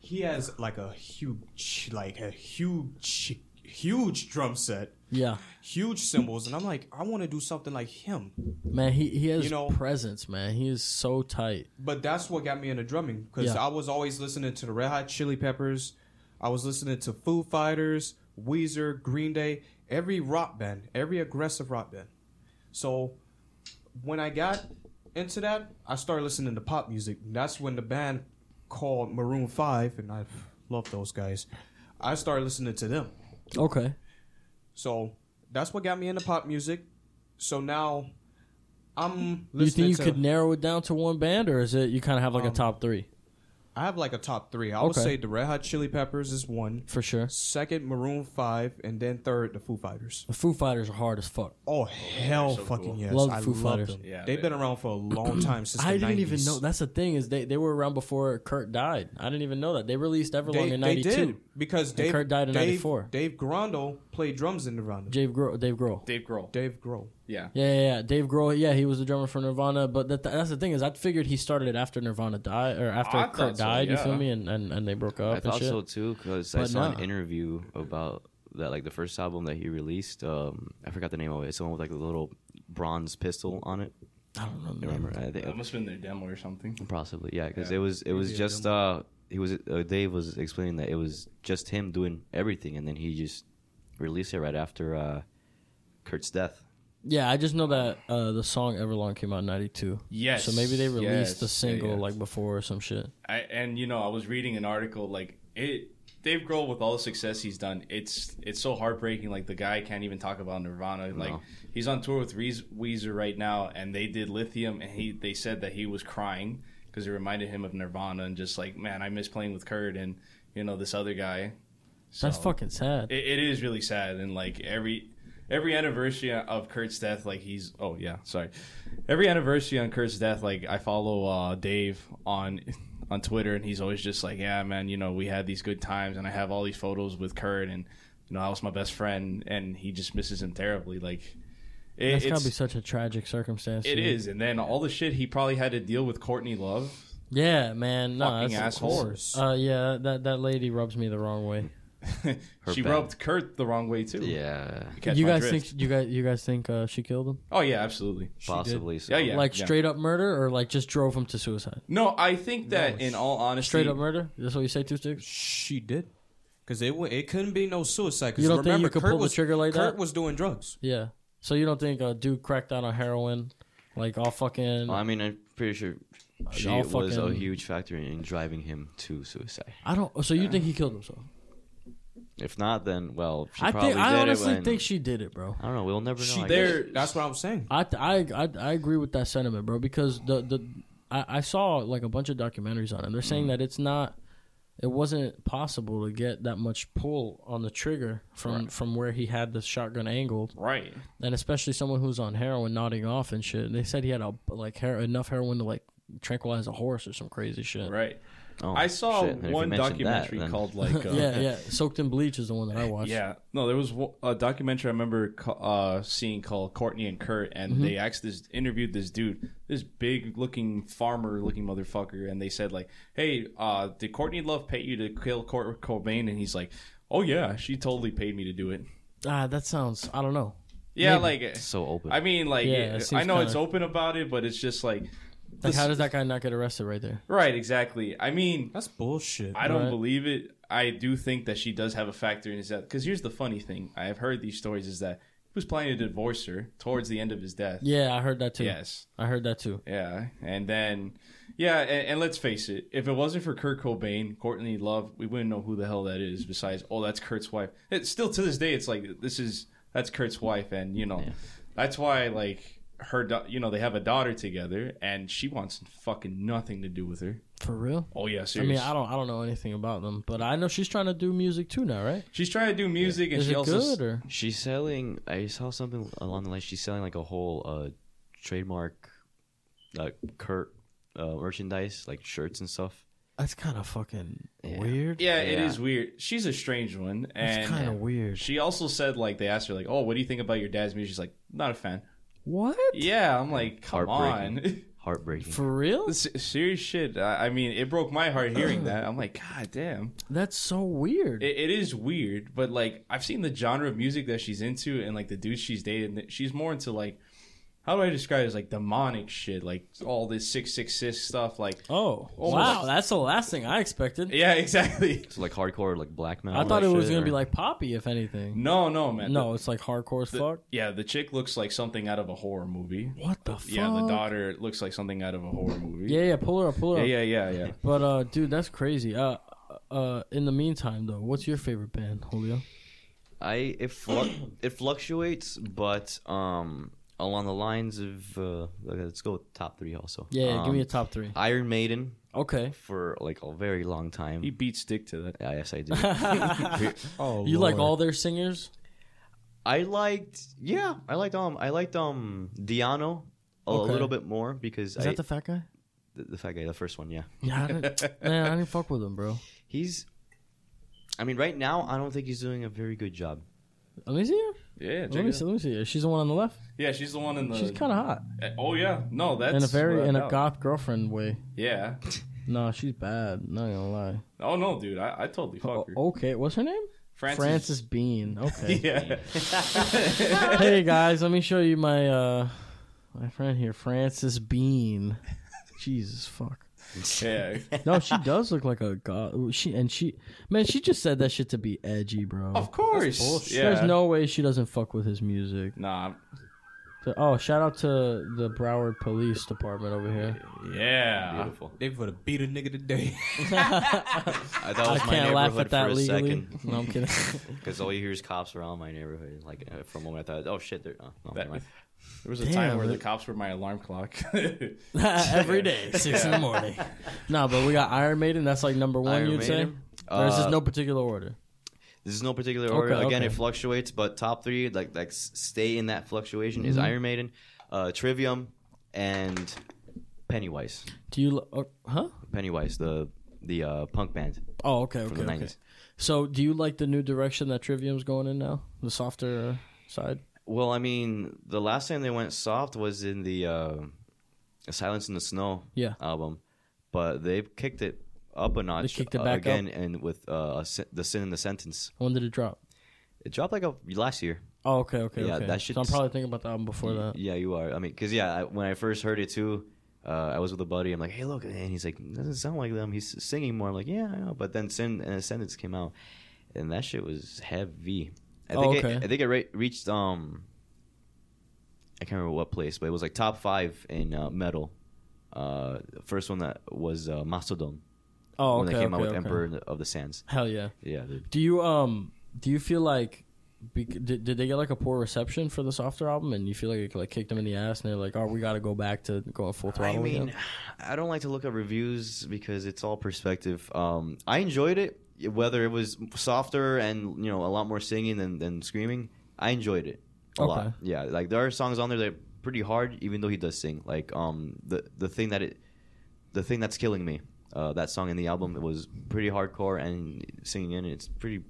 He has like a huge, like a huge, huge drum set, Yeah. huge cymbals, and I'm like, I want to do something like him. Man, he, he has You know- presence, man. He is so tight. But that's what got me into drumming because Yeah. I was always listening to the Red Hot Chili Peppers. I was listening to Foo Fighters, Weezer, Green Day, every rock band, every aggressive rock band. So when I got into that, I started listening to pop music. That's when the band called Maroon Five, and I love those guys. I started listening to them. Okay. So that's what got me into pop music. So now I'm Do you listening think you to. could narrow it down to one band, or is it you kind of have like a Um, top three I have like a top three. I would Okay. say the Red Hot Chili Peppers is one, for sure? second Maroon Five, and then third the Foo Fighters. The Foo Fighters are hard as fuck. Oh hell, so fucking cool. yes! Love the I Foo love Fighters. them. Yeah, they've they- been around for a long time since I the didn't even 90s. know. That's the thing is they, they were around before Kurt died. I didn't even know that they released Everlong They, in they '92. did because Dave Kurt died in Dave- 94. Dave Grondo played drums in the Nirvana. Dave Grohl. Dave Grohl. Dave Grohl. Dave Grohl. Yeah. Yeah, yeah, yeah, Dave Grohl. Yeah, he was the drummer for Nirvana. But that, that's the thing is, I figured he started it after Nirvana died or after I Kurt thought so, died. You yeah. feel me? And, and and they broke up I and thought shit. so too because I But saw nah. an interview about that, like the first album that he released. Um, I forgot the name of it. It's the one with like a little bronze pistol on it. I don't know. The I name. remember. I think That must have been their demo or something. Possibly, yeah, because Yeah. it was it was Maybe a just uh he was uh, Dave was explaining that it was just him doing everything, and then he just released it right after uh Kurt's death. Yeah, I just know that uh, the song Everlong came out in '92. Yes, So maybe they released yes, the single yeah, yeah. like before or some shit. I, and you know, I was reading an article like it. Dave Grohl, with all the success he's done, it's it's so heartbreaking. Like the guy can't even talk about Nirvana. Like he's on tour with Reez- Weezer right now, and they did Lithium, and he they said that he was crying because it reminded him of Nirvana, and just like man, I miss playing with Kurt and you know this other guy. That's So- fucking sad. It, it is really sad, and like every every anniversary of Kurt's death, like he's oh yeah, sorry. Every anniversary on Kurt's death, like I follow uh, Dave on on Twitter, and he's always just like, yeah, man, you know, we had these good times, and I have all these photos with Kurt, and you know, I was my best friend, and he just misses him terribly. Like it, That's gotta it's be such a tragic circumstance. it dude. is, and then all the shit he probably had to deal with Courtney Love. Yeah, man. No, Fucking that's, asshole. Uh, yeah, that that lady rubs me the wrong way. she bad. rubbed Kurt the wrong way too. Yeah, Catch you my guys drift. think you guys you guys think uh, she killed him? Oh yeah, absolutely. possibly. So. Yeah, yeah. like straight up murder or like just drove him to suicide? No, I think that in all honesty, Straight up murder. That's what you say, two sticks. She did. Because it, wa- it couldn't be no suicide. 'cause You don't think you remember, could Kurt pull the was, trigger like Kurt that? was doing drugs. Yeah. So you don't think a dude cracked down on heroin, like all fucking? Well, I mean, I'm pretty sure she I'll was a fucking- huge factor in driving him to suicide. I don't. So you think he killed himself? If not, then well, she I probably think. I did honestly it when, think she did it, bro. I don't know. We'll never know. She I guess. there- did. That's what I'm saying. I, th- I, I I agree with that sentiment, bro. Because the the I, I saw like a bunch of documentaries on it. They're Mm-hmm. saying that it's not, it wasn't possible to get that much pull on the trigger from from where he had the shotgun angled, right? and especially someone who's on heroin nodding off and shit. They said he had a like her- enough heroin to like tranquilize a horse or some crazy shit. Right. Oh, I saw shit. And if you one mentioned that, documentary then- called like uh, Yeah, yeah. Soaked in bleach is the one that I watched. yeah. No, there was wo- a documentary I remember ca- uh, seeing called Courtney and Kurt, and they asked this interviewed this dude, this big looking farmer looking motherfucker, and they said like, "Hey, uh, did Courtney Love pay you to kill Kurt Cobain?" And he's like, "Oh yeah, she totally paid me to do it." Ah, that sounds. I don't know. Yeah, Maybe. like so open. I mean, like Yeah, it- it seems I know it's kinda- open about it, but it's just like, Like, this- how does that guy not get arrested right there? right? Exactly. I mean, That's bullshit. I don't Right. believe it. I do think that she does have a factor in his death. Because here's the funny thing: I have heard these stories is that he was planning to divorce her towards the end of his death. Yeah, I heard that too. Yes. I heard that too. Yeah. And then, yeah. And, and let's face it: if it wasn't for Kurt Cobain, Courtney Love, we wouldn't know who the hell that is. Besides, oh, that's Kurt's wife. It's still to this day, it's like this is that's Kurt's wife, and you know, that's why like her, da- you know, they have a daughter together, and she wants fucking nothing to do with her. For real? Oh yeah, I seriously. mean, I don't, I don't know anything about them, but I know she's trying to do music too now, right? She's trying to do music, and Is she it also good or? She's selling. I saw something along the lines. She's selling like a whole uh, trademark, uh, Kurt uh, merchandise, like shirts and stuff. That's kind of fucking Yeah. weird. Yeah, it Yeah. is weird. She's a strange one, and uh, That's kind of weird. She also said like they asked her like, "Oh, what do you think about your dad's music?" She's like, "Not a fan." What? Yeah, I'm like, come on, Heartbreaking. Heartbreaking. For real? S- serious shit. I I mean, it broke my heart hearing that. I'm like, God damn, That's so weird. it, it is weird. But like, I've seen the genre of music that she's into, and like the dudes she's dated. She's more into like. how do I describe it? It's like demonic shit, like all this six six six stuff. Like, Oh, Almost. wow, that's the last thing I expected. yeah, exactly. It's like hardcore, like black metal. I thought it shit, was gonna or- be like poppy, if anything. No, no, man. No, it's like hardcore as The- fuck. yeah, the chick looks like something out of a horror movie. What the fuck? Yeah, the daughter looks like something out of a horror movie. Yeah, yeah, pull her up, pull her up. yeah, yeah, yeah. yeah. But uh, dude, that's crazy. Uh, uh, in the meantime, though, what's your favorite band, Julio? I it fluc- it fluctuates, but um along the lines of uh, okay, let's go with top three also. Yeah, yeah, give Um, me a top three. Iron Maiden Okay. for like a very long time. He beat stick to that. yeah, yes, I do. Oh, You like all their singers? I liked yeah, I liked um I liked um Diano a Okay. little bit more because Is I, that the fat guy? the, the fat guy, the first one, yeah. Yeah, I didn't, man, I didn't fuck with him, bro. He's I mean right now I don't think he's doing a very good job. Let me see her. Yeah, check Let me it see. out. Let me see her. She's the one on the left. yeah, she's the one in the. She's kind of hot of. Oh yeah, no, that's in a very without in a doubt. goth girlfriend way. Yeah. No, she's bad. Not gonna lie. Oh no, dude, I, I totally fuck her. O- okay, what's her name? Francis. Frances Bean. Okay. Yeah. hey guys, let me show you my uh my friend here, Frances Bean. Jesus fuck. yeah. No, she does look like a god. She and she, man, she just said that shit to be edgy, bro. Of course. Yeah. There's no way she doesn't fuck with his music. Nah. So- oh, shout out to the Broward Police Department over here. Uh-huh. Yeah. Beautiful. They would have beat a nigga today. I thought it I was my can't neighborhood laugh at that for a legally. second. No, I'm kidding. Because all you hear is cops around my neighborhood. Like uh, for a moment, I thought, "Oh shit!" They're oh, no, That- never mind. There was a time Damn, where the it- cops were my alarm clock. Every day, six in the morning. No, but we got Iron Maiden. That's like number one, Iron you'd say. Maiden? Or is this Uh, no particular order? This is no particular order. Okay, Again, okay. it fluctuates, but top three, like like s- stay in that fluctuation, Mm-hmm. is Iron Maiden, uh, Trivium, and Pennywise. Do you? li- oh, Huh? Pennywise, the the uh, punk band Oh, okay, from okay, the okay. nineties. So, do you like the new direction that Trivium's going in now? The softer uh, side. Well, I mean, the last time they went soft was in the uh, Silence in the Snow Yeah. album, but they've kicked it up a notch kicked it uh, back up? again, and with uh, a Sin- the Sin and the Sentence. When did it drop? It dropped like a, last year. Oh, okay, okay, Yeah, okay. that so I'm shit's- probably thinking about the album before that. Yeah, you are. I mean, because yeah, I, when I first heard it too, uh, I was with a buddy. I'm like, hey, look, and he's like, doesn't sound like them. He's singing more. I'm like, yeah, I know. But then Sin and Ascendance came out, and that shit was heavy. I Oh, think it, okay. I think it re- reached um, I can't remember what place, but it was like top five in uh, metal. Uh, first one that was uh, Mastodon Oh, when okay, they came okay, out with okay. Emperor of the Sands. Hell yeah. Yeah, dude. Do you um do you feel like bec- did, did they get like a poor reception for the softer album and you feel like it like kicked them in the ass and they're like, "Oh, we got to go back to going full I throttle." mean, again? I don't like to look at reviews because it's all perspective. Um, I enjoyed it, whether it was softer and you know a lot more singing than, than screaming. I enjoyed it a Okay. lot. Yeah, like there are songs on there that are pretty hard, even though he does sing. Like um, the the thing that it, the thing that's killing me, uh, that song in the album it was pretty hardcore and singing in it, it's pretty.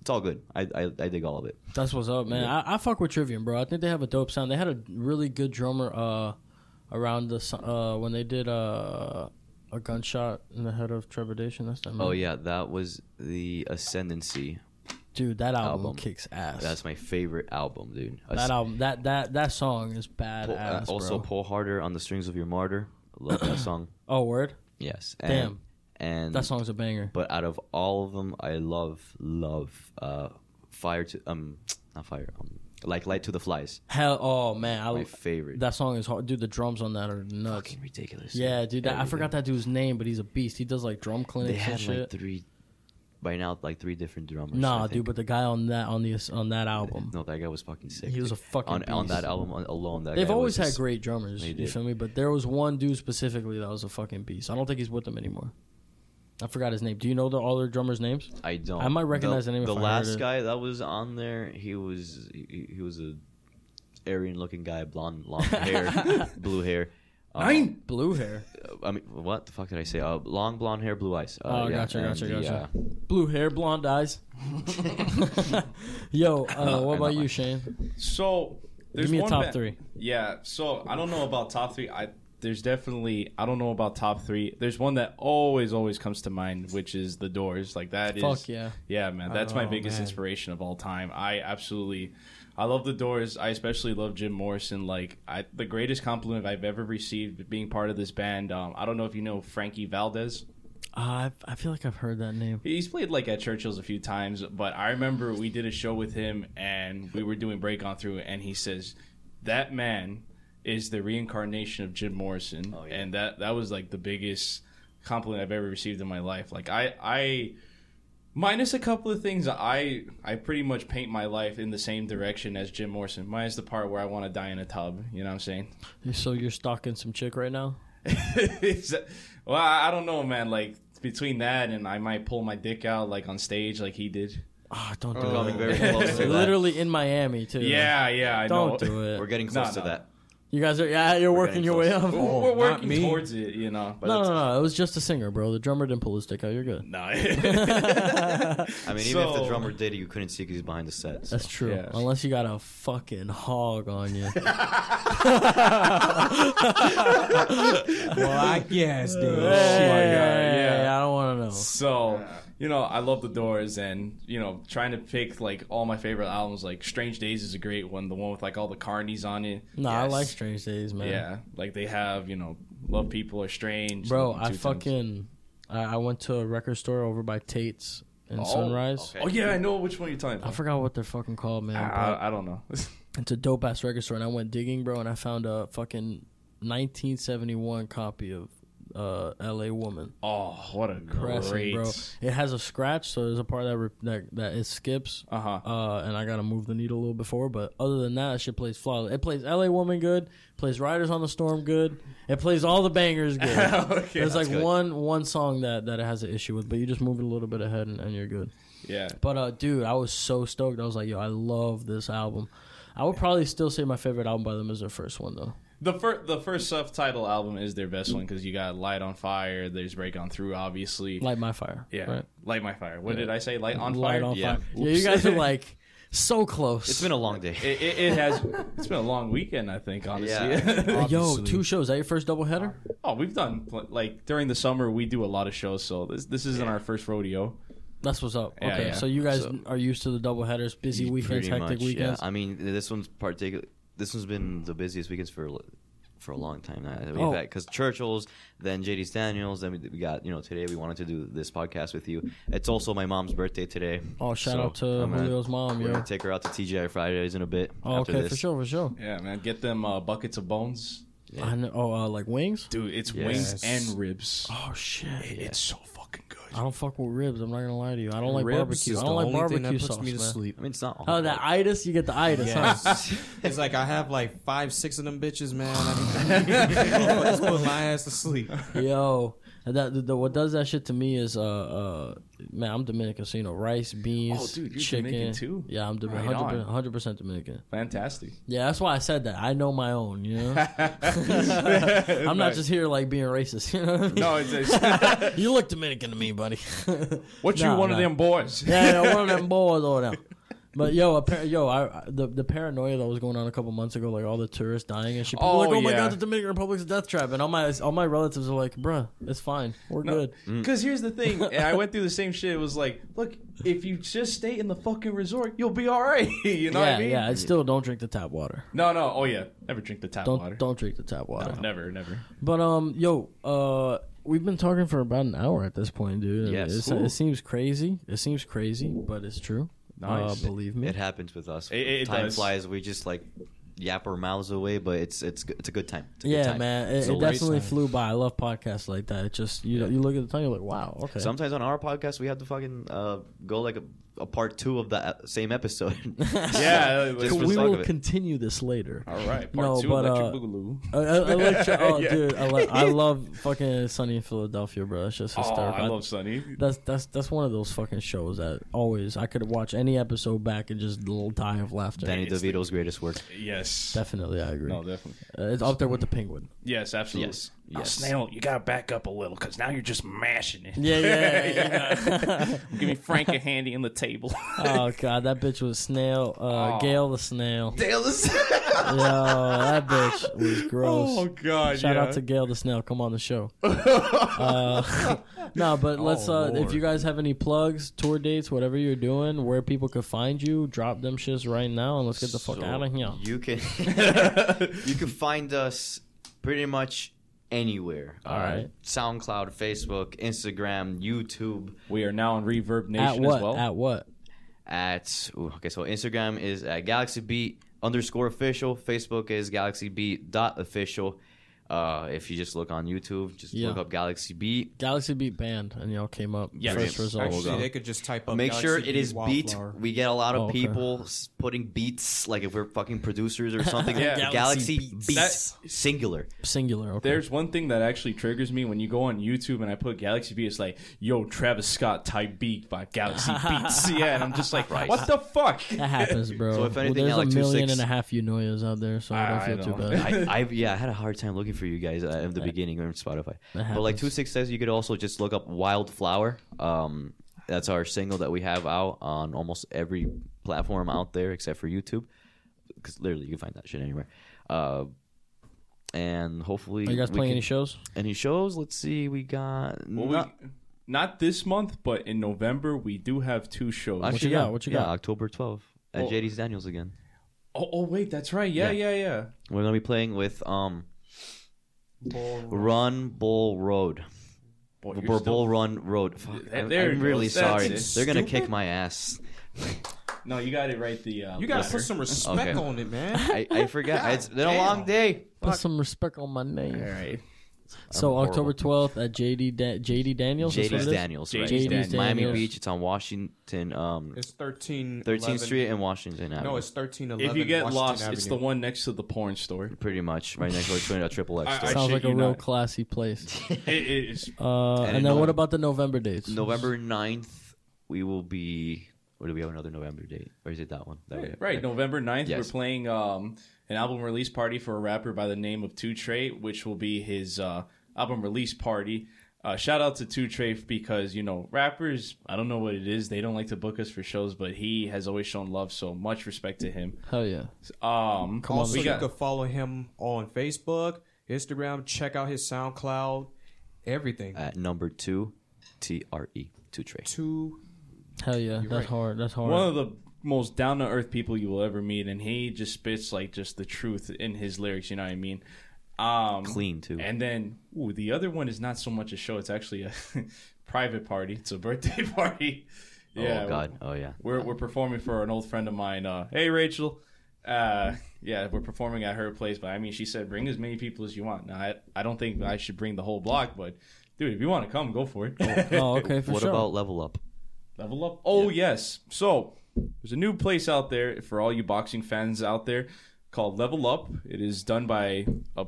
It's all good. I, I I dig all of it. that's what's up, man. I, I fuck with Trivium, bro. I think they have a dope sound. They had a really good drummer uh around the so- uh when they did uh a gunshot in the head of trepidation. That's that. Oh man. yeah, that was the Ascendancy. dude, that album, Album. kicks ass. That's my favorite album, dude. that album, that that that song is badass. Pull- uh, also, bro. pull harder on the strings of your martyr. Love that song. oh, word. Yes. And, Damn. And That song's a banger. But out of all of them, I love love uh, fire to um not fire um like light to the flies. Hell, oh man, I My love favorite. That song is hard, dude. The drums on that are nuts. fucking ridiculous. yeah, dude. That, I Everything. forgot that dude's name, but he's a beast. He does like drum They clinics and had shit. like three by now like three different drummers. I nah, think. dude. But the guy on that on the on that album, no, that guy was fucking sick. he was a dude. fucking. on on beast. that album on- alone. That They've guy always was had just- great drummers. They You did. feel me? But there was one dude specifically that was a fucking beast. I don't think he's with them anymore. I forgot his name. Do you know the, all their drummers' names? I don't. I might recognize the the name if I The heard last it. guy that was on there, he was he, he was a Aryan looking guy, blonde, long hair, blue hair. Uh, Blue hair, I mean, what the fuck did I say? Uh, long blonde hair, blue eyes. Uh, Oh, gotcha, and gotcha, the, gotcha. uh, blue hair, blonde eyes. Yo, uh, No, what Oh, I about know you, mine. Shane? So there's me a one top ba- three. Yeah. So I don't know about top three. I there's definitely I don't know about top three. There's one that always always comes to mind, which is The Doors. Like that is Fuck yeah. yeah, man. That's my Oh, biggest man. inspiration of all time. I absolutely, I love The Doors. I especially love Jim Morrison. Like I, the greatest compliment I've ever received being part of this band. Um, I don't know if you know Frankie Valdez. Uh, I I feel like I've heard that name. He's played like at Churchill's a few times, but I remember we did a show with him and we were doing break on through, and he says that man is the reincarnation of Jim Morrison, Oh, yeah. and that that was like the biggest compliment I've ever received in my life. Like I I minus a couple of things, I I pretty much paint my life in the same direction as Jim Morrison, minus the part where I want to die in a tub. You know what I'm saying? So you're stalking some chick right now? Is that- well, I I don't know, man. Like between that and I might pull my dick out like on stage, like he did. Ah, don't Oh, do We're it. coming very close to that. Literally in Miami too. Yeah, yeah, I know. Don't do it. uh, We're getting close No, to no. that. You guys are yeah, you're We're working getting your way close. up. We're, we're Oh, not working me. towards it, you know. But No, no, no. It was just a singer, bro. The drummer didn't pull his dick out. You're good. no. I mean, even if So- the drummer did it, you couldn't see because he's behind the set. so. That's true. yeah. Unless you got a fucking hog on you. Black yes, dude. yeah. I don't want to know. so you know, I love the Doors, and you know, trying to pick like all my favorite albums, like Strange Days is a great one. The one with like all the carnies on it. No, I Yes. like Strange Days, man. Yeah, like they have you know, love people are strange. Bro, Two I Times. fucking I, I went to a record store over by Tate's in Oh, Sunrise. okay. Oh yeah, I know which one you're talking I about. forgot what they're fucking called, man. I, but- I, I don't know. It's a dope ass record store, and I went digging, bro, and I found a fucking 1971 copy of uh, L.A. Woman. oh, what a Pressing, great. bro. It has a scratch, so there's a part that re- that, that it skips, Uh huh. uh, and I gotta move the needle a little before. But other than that, that shit plays flawless. It plays L.A. Woman good, plays Riders on the Storm good, it plays all the bangers good. Okay, There's like good. one one song that that it has an issue with, but you just move it a little bit ahead, and, and you're good. Yeah. But uh, dude, I was so stoked. I was like, yo, I love this album. I would probably still say my favorite album by them is their first one though. The first the first subtitle album is their best one because you got Light on Fire. There's Break on Through, obviously. Light My Fire. yeah, Right? Light My Fire. What did I say? Light on Light Fire. on Yeah. Fire. Yeah, you Oops. guys are like so close. It's been a long day. It, it, it has. it's been a long weekend, I think. Honestly. Yeah. Yo, two shows. Is that your first doubleheader? oh, we've done pl- like during the summer we do a lot of shows, so this this isn't our first rodeo. That's what's up. Yeah, okay, yeah. so you guys So- are used to the doubleheaders, busy weekends, Pretty hectic much, weekends. Yeah. I mean, this one's particular. This one's been the busiest weekends for a li- for a long time now. that We've Oh. because Churchill's, then JD Daniels, then we, we got you know today we wanted to do this podcast with you. It's also my mom's birthday today. Oh, shout out to I'm gonna- Julio's mom, We're yo. gonna take her out to TGI Fridays in a bit. Oh, after okay, this. for sure, for sure. Yeah, man. Get them uh, buckets of bones, Yeah. I know, oh, uh, like wings. dude. It's Yes. wings and ribs. Oh shit. It's so fucking I good. don't fuck with ribs. I'm not gonna lie to you. I don't like Ribs barbecue. is I the don't like only thing that barbecue puts sauce, me to man. sleep. I mean, it's not. Oh, that itis, you get the itis, huh? it's like I have like five, six of them bitches, man. I just put my ass to sleep. Yo, that the, the, what does that shit to me is uh uh man, I'm Dominican, so you know rice, beans, Oh, dude, you're chicken. Dominican too? Yeah, I'm Dominican, Right on. hundred percent Dominican. Fantastic. Yeah, that's why I said that. I know my own. You know, I'm not just here like being racist. You know, what I mean? No, it's, it's you look Dominican to me, buddy. what you Nah, one of nah. them boys. yeah, yeah, one of them boys over there. But yo, a par- yo, I, I- the the paranoia that was going on a couple months ago, like all the tourists dying and shit. People were Oh, like, oh my yeah. god, the Dominican Republic's a death trap, and all my all my relatives are like, bruh, it's fine, we're good. Because Mm. here's the thing, and I went through the same shit. It was like, look, if you just stay in the fucking resort, you'll be all right. you know yeah, what I mean? yeah. I still don't drink the tap water. No, no. Oh yeah, never drink the tap Don't water. don't drink the tap water. Never, never. But um, yo, uh, we've been talking for about an hour at this point, dude. Yes. It's- Ooh. it seems crazy. It seems crazy, but it's true. Nice. Uh, believe me. It happens with us. It- it time does. flies. We just like yap our mouths away, but it's it's g- it's a good time. It's a good yeah, time. man. It, So it we- definitely flew by. I love podcasts like that. It just you know, you look at the time, you're like, wow, okay. Sometimes on our podcast, we have to fucking uh, go like a, a part two of the uh, same episode. Yeah, cool. just for we the sake will of it. continue this later. All right, part No, two, but, electric uh, boogaloo. Uh, uh, Electra, oh, Yeah. dude, I, lo- I love fucking Sunny in Philadelphia, bro. That's just Oh, hysterical. I love Sunny. that's that's that's one of those fucking shows that always I could watch any episode back and just l- die of laughter. Danny It's the- DeVito's greatest work. Yes. Definitely, I agree. No, definitely. Uh, it's up there with the penguin. Yes, absolutely. Oh, Yes. Now, Snail, you gotta back up a little because now you're just mashing it. Yeah, yeah, yeah. Give me Frank a handy in the table. oh god, that bitch was snail. Uh, Aw. Gail the snail. Dale is. Yo, that bitch was gross. Oh God! Shout yeah. out to Gail the Snail. Come on the show. uh, no, but let's. Oh, uh, if Lord. you guys have any plugs, tour dates, whatever you're doing, where people could find you, drop them shits right now, and let's get the fuck So out of here. You can you can find us pretty much anywhere. All right. SoundCloud, Facebook, Instagram, YouTube. We are now on Reverb Nation At what? as well. At what? At ooh, okay, so Instagram is at Galaxy Beat underscore official. Facebook is Galaxy Beat dot official. Uh, if you just look on YouTube, just Yeah. look up Galaxy Beat. Galaxy beat band, and y'all came up Yes. first result. Actually, they could just Oh, type up. Make Galaxy sure it B is beat. Wallflower. We get a lot of Oh, okay. people s putting beats, like if we're fucking producers or something. Yeah. Galaxy, Galaxy Beats. beats. singular. Singular. Okay. There's one thing that actually triggers me when you go on YouTube and I put Galaxy Beat. It's like, yo, Travis Scott type beat by Galaxy Beats. yeah, and I'm just like, what the fuck? that happens, bro. So if anything, there's Alec a million 26 and a half Unoyas out there, so I I don't feel know. too bad. I, I yeah, I had a hard time looking for you guys uh, at the beginning on Spotify. That But like happens. two six says, you could also just look up Wildflower. Um, that's our single that we have out on almost every platform out there except for YouTube, because literally you can find that shit anywhere. Uh, and hopefully, Are you guys we playing can- any shows? Any shows? Let's see. We got Well, we- not- not, this month, but in November we do have two shows. actually, you got? yeah, What you yeah, got? October twelfth at Well- JD's Daniels again. oh, oh, wait, that's right. Yeah, yeah, yeah. We're gonna be playing with um, Run Bull Road. Boy, Bull, you're Bull still- Run Road. Fuck, Th- I'm, there it I'm really goes. That's sorry. it. They're gonna kick my ass. no, you got it right. The uh, You gotta letter. put some respect Okay. on it, man. I, I forgot. It's been a long day. Put some respect on my name. All right. So I'm October 12th at JD da- JD Daniels. that's what JD's it is? Daniels, right? JD's It's in Miami Daniels. Beach. It's on Washington, um, It's thirteen. 13th 11. Street and Washington Avenue. No, it's thirteen eleven. If you get Washington lost, Avenue. it's the one next to the porn store. pretty much right next door to a triple X I- store. I- Sounds shit like a you real not. classy place. It- it is Uh, And and, in then what Nov- about the November dates? November 9th, we will be. Or do we have another November date? Or is it that one? That we- Right, November 9th, Yes. we're playing um, an album release party for a rapper by the name of Two Trey, which will be his uh, album release party. Uh, shout out to Two Trey because you know rappers. I don't know what it is; they don't like to book us for shows, but he has always shown love. So much respect to him. Hell yeah. Um, also, we you got could follow him on Facebook, Instagram. Check out his SoundCloud, everything. At number two, T R E, two Trey. Two. Hell yeah. That's hard. That's hard. one of the most down to earth people you will ever meet, and he just spits like just the truth in his lyrics. You know what I mean? Um, Clean, too. And then ooh, the other one is not so much a show; it's actually a private party. It's a birthday party. Yeah, oh, God. Oh, yeah. We're we're performing for an old friend of mine. Uh, hey, Rachel. Uh, yeah, we're performing at her place, but I mean, she said bring as many people as you want. Now, I I don't think I should bring the whole block, but dude, if you want to come, go for it. oh, okay. For What sure. about Level Up? Level up. Oh yes. So there's a new place out there for all you boxing fans out there called Level Up. It is done by a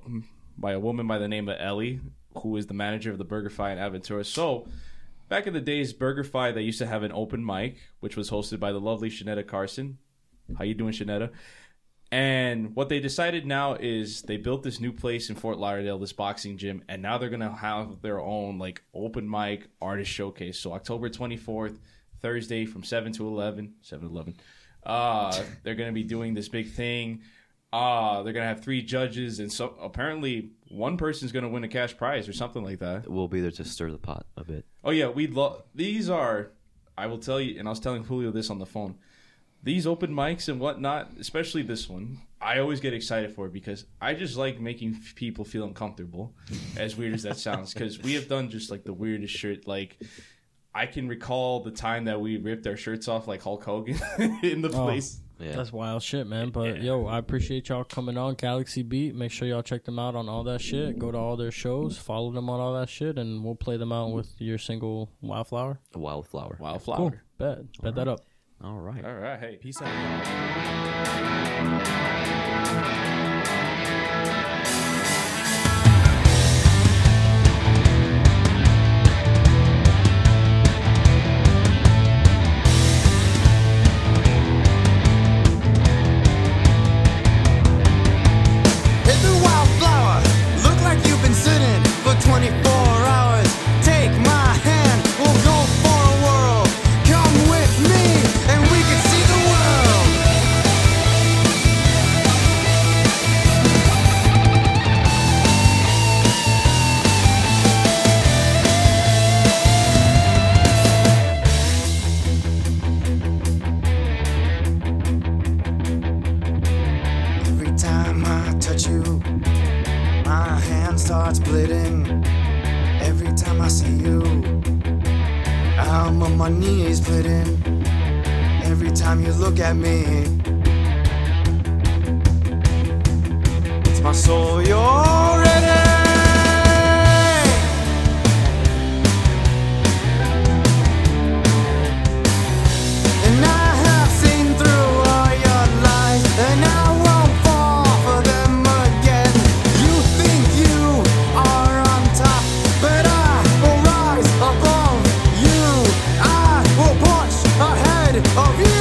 by a woman by the name of Ellie, who is the manager of the BurgerFi in Aventura. So back in the days, BurgerFi they used to have an open mic, which was hosted by the lovely Shanetta Carson. How you doing, Shanetta? And what they decided now is they built this new place in Fort Lauderdale, this boxing gym, and now they're gonna have their own like open mic artist showcase. So October twenty fourth, Thursday from seven to 11, 7 to 11. Uh, they're gonna be doing this big thing. Uh, they're gonna have three judges, and so apparently one person's gonna win a cash prize or something like that. We'll be there to stir the pot a bit. Oh yeah, we love these are. I will tell you, and I was telling Julio this on the phone. These open mics and whatnot, especially this one, I always get excited for because I just like making f- people feel uncomfortable. As weird as that sounds, because we have done just like the weirdest shit. Like I can recall the time that we ripped our shirts off like Hulk Hogan in the Oh. place. Yeah. That's wild shit, man. But yo, I appreciate y'all coming on Galaxy Beat. Make sure y'all check them out on all that shit. Go to all their shows, follow them on all that shit, and we'll play them out with your single Wildflower. Wildflower. Wildflower. Cool. Bet. Bet that up. All right. All right, hey, peace out. Hit the wildflower. Look like you've been sitting heart's bleeding every time I see you. I'm on my knees bleeding every time you look at me. It's my soul you're ready. And I have seen through all your lies, and I won't fall for them again. You think you are on top, but I will rise above you. I will push ahead of you.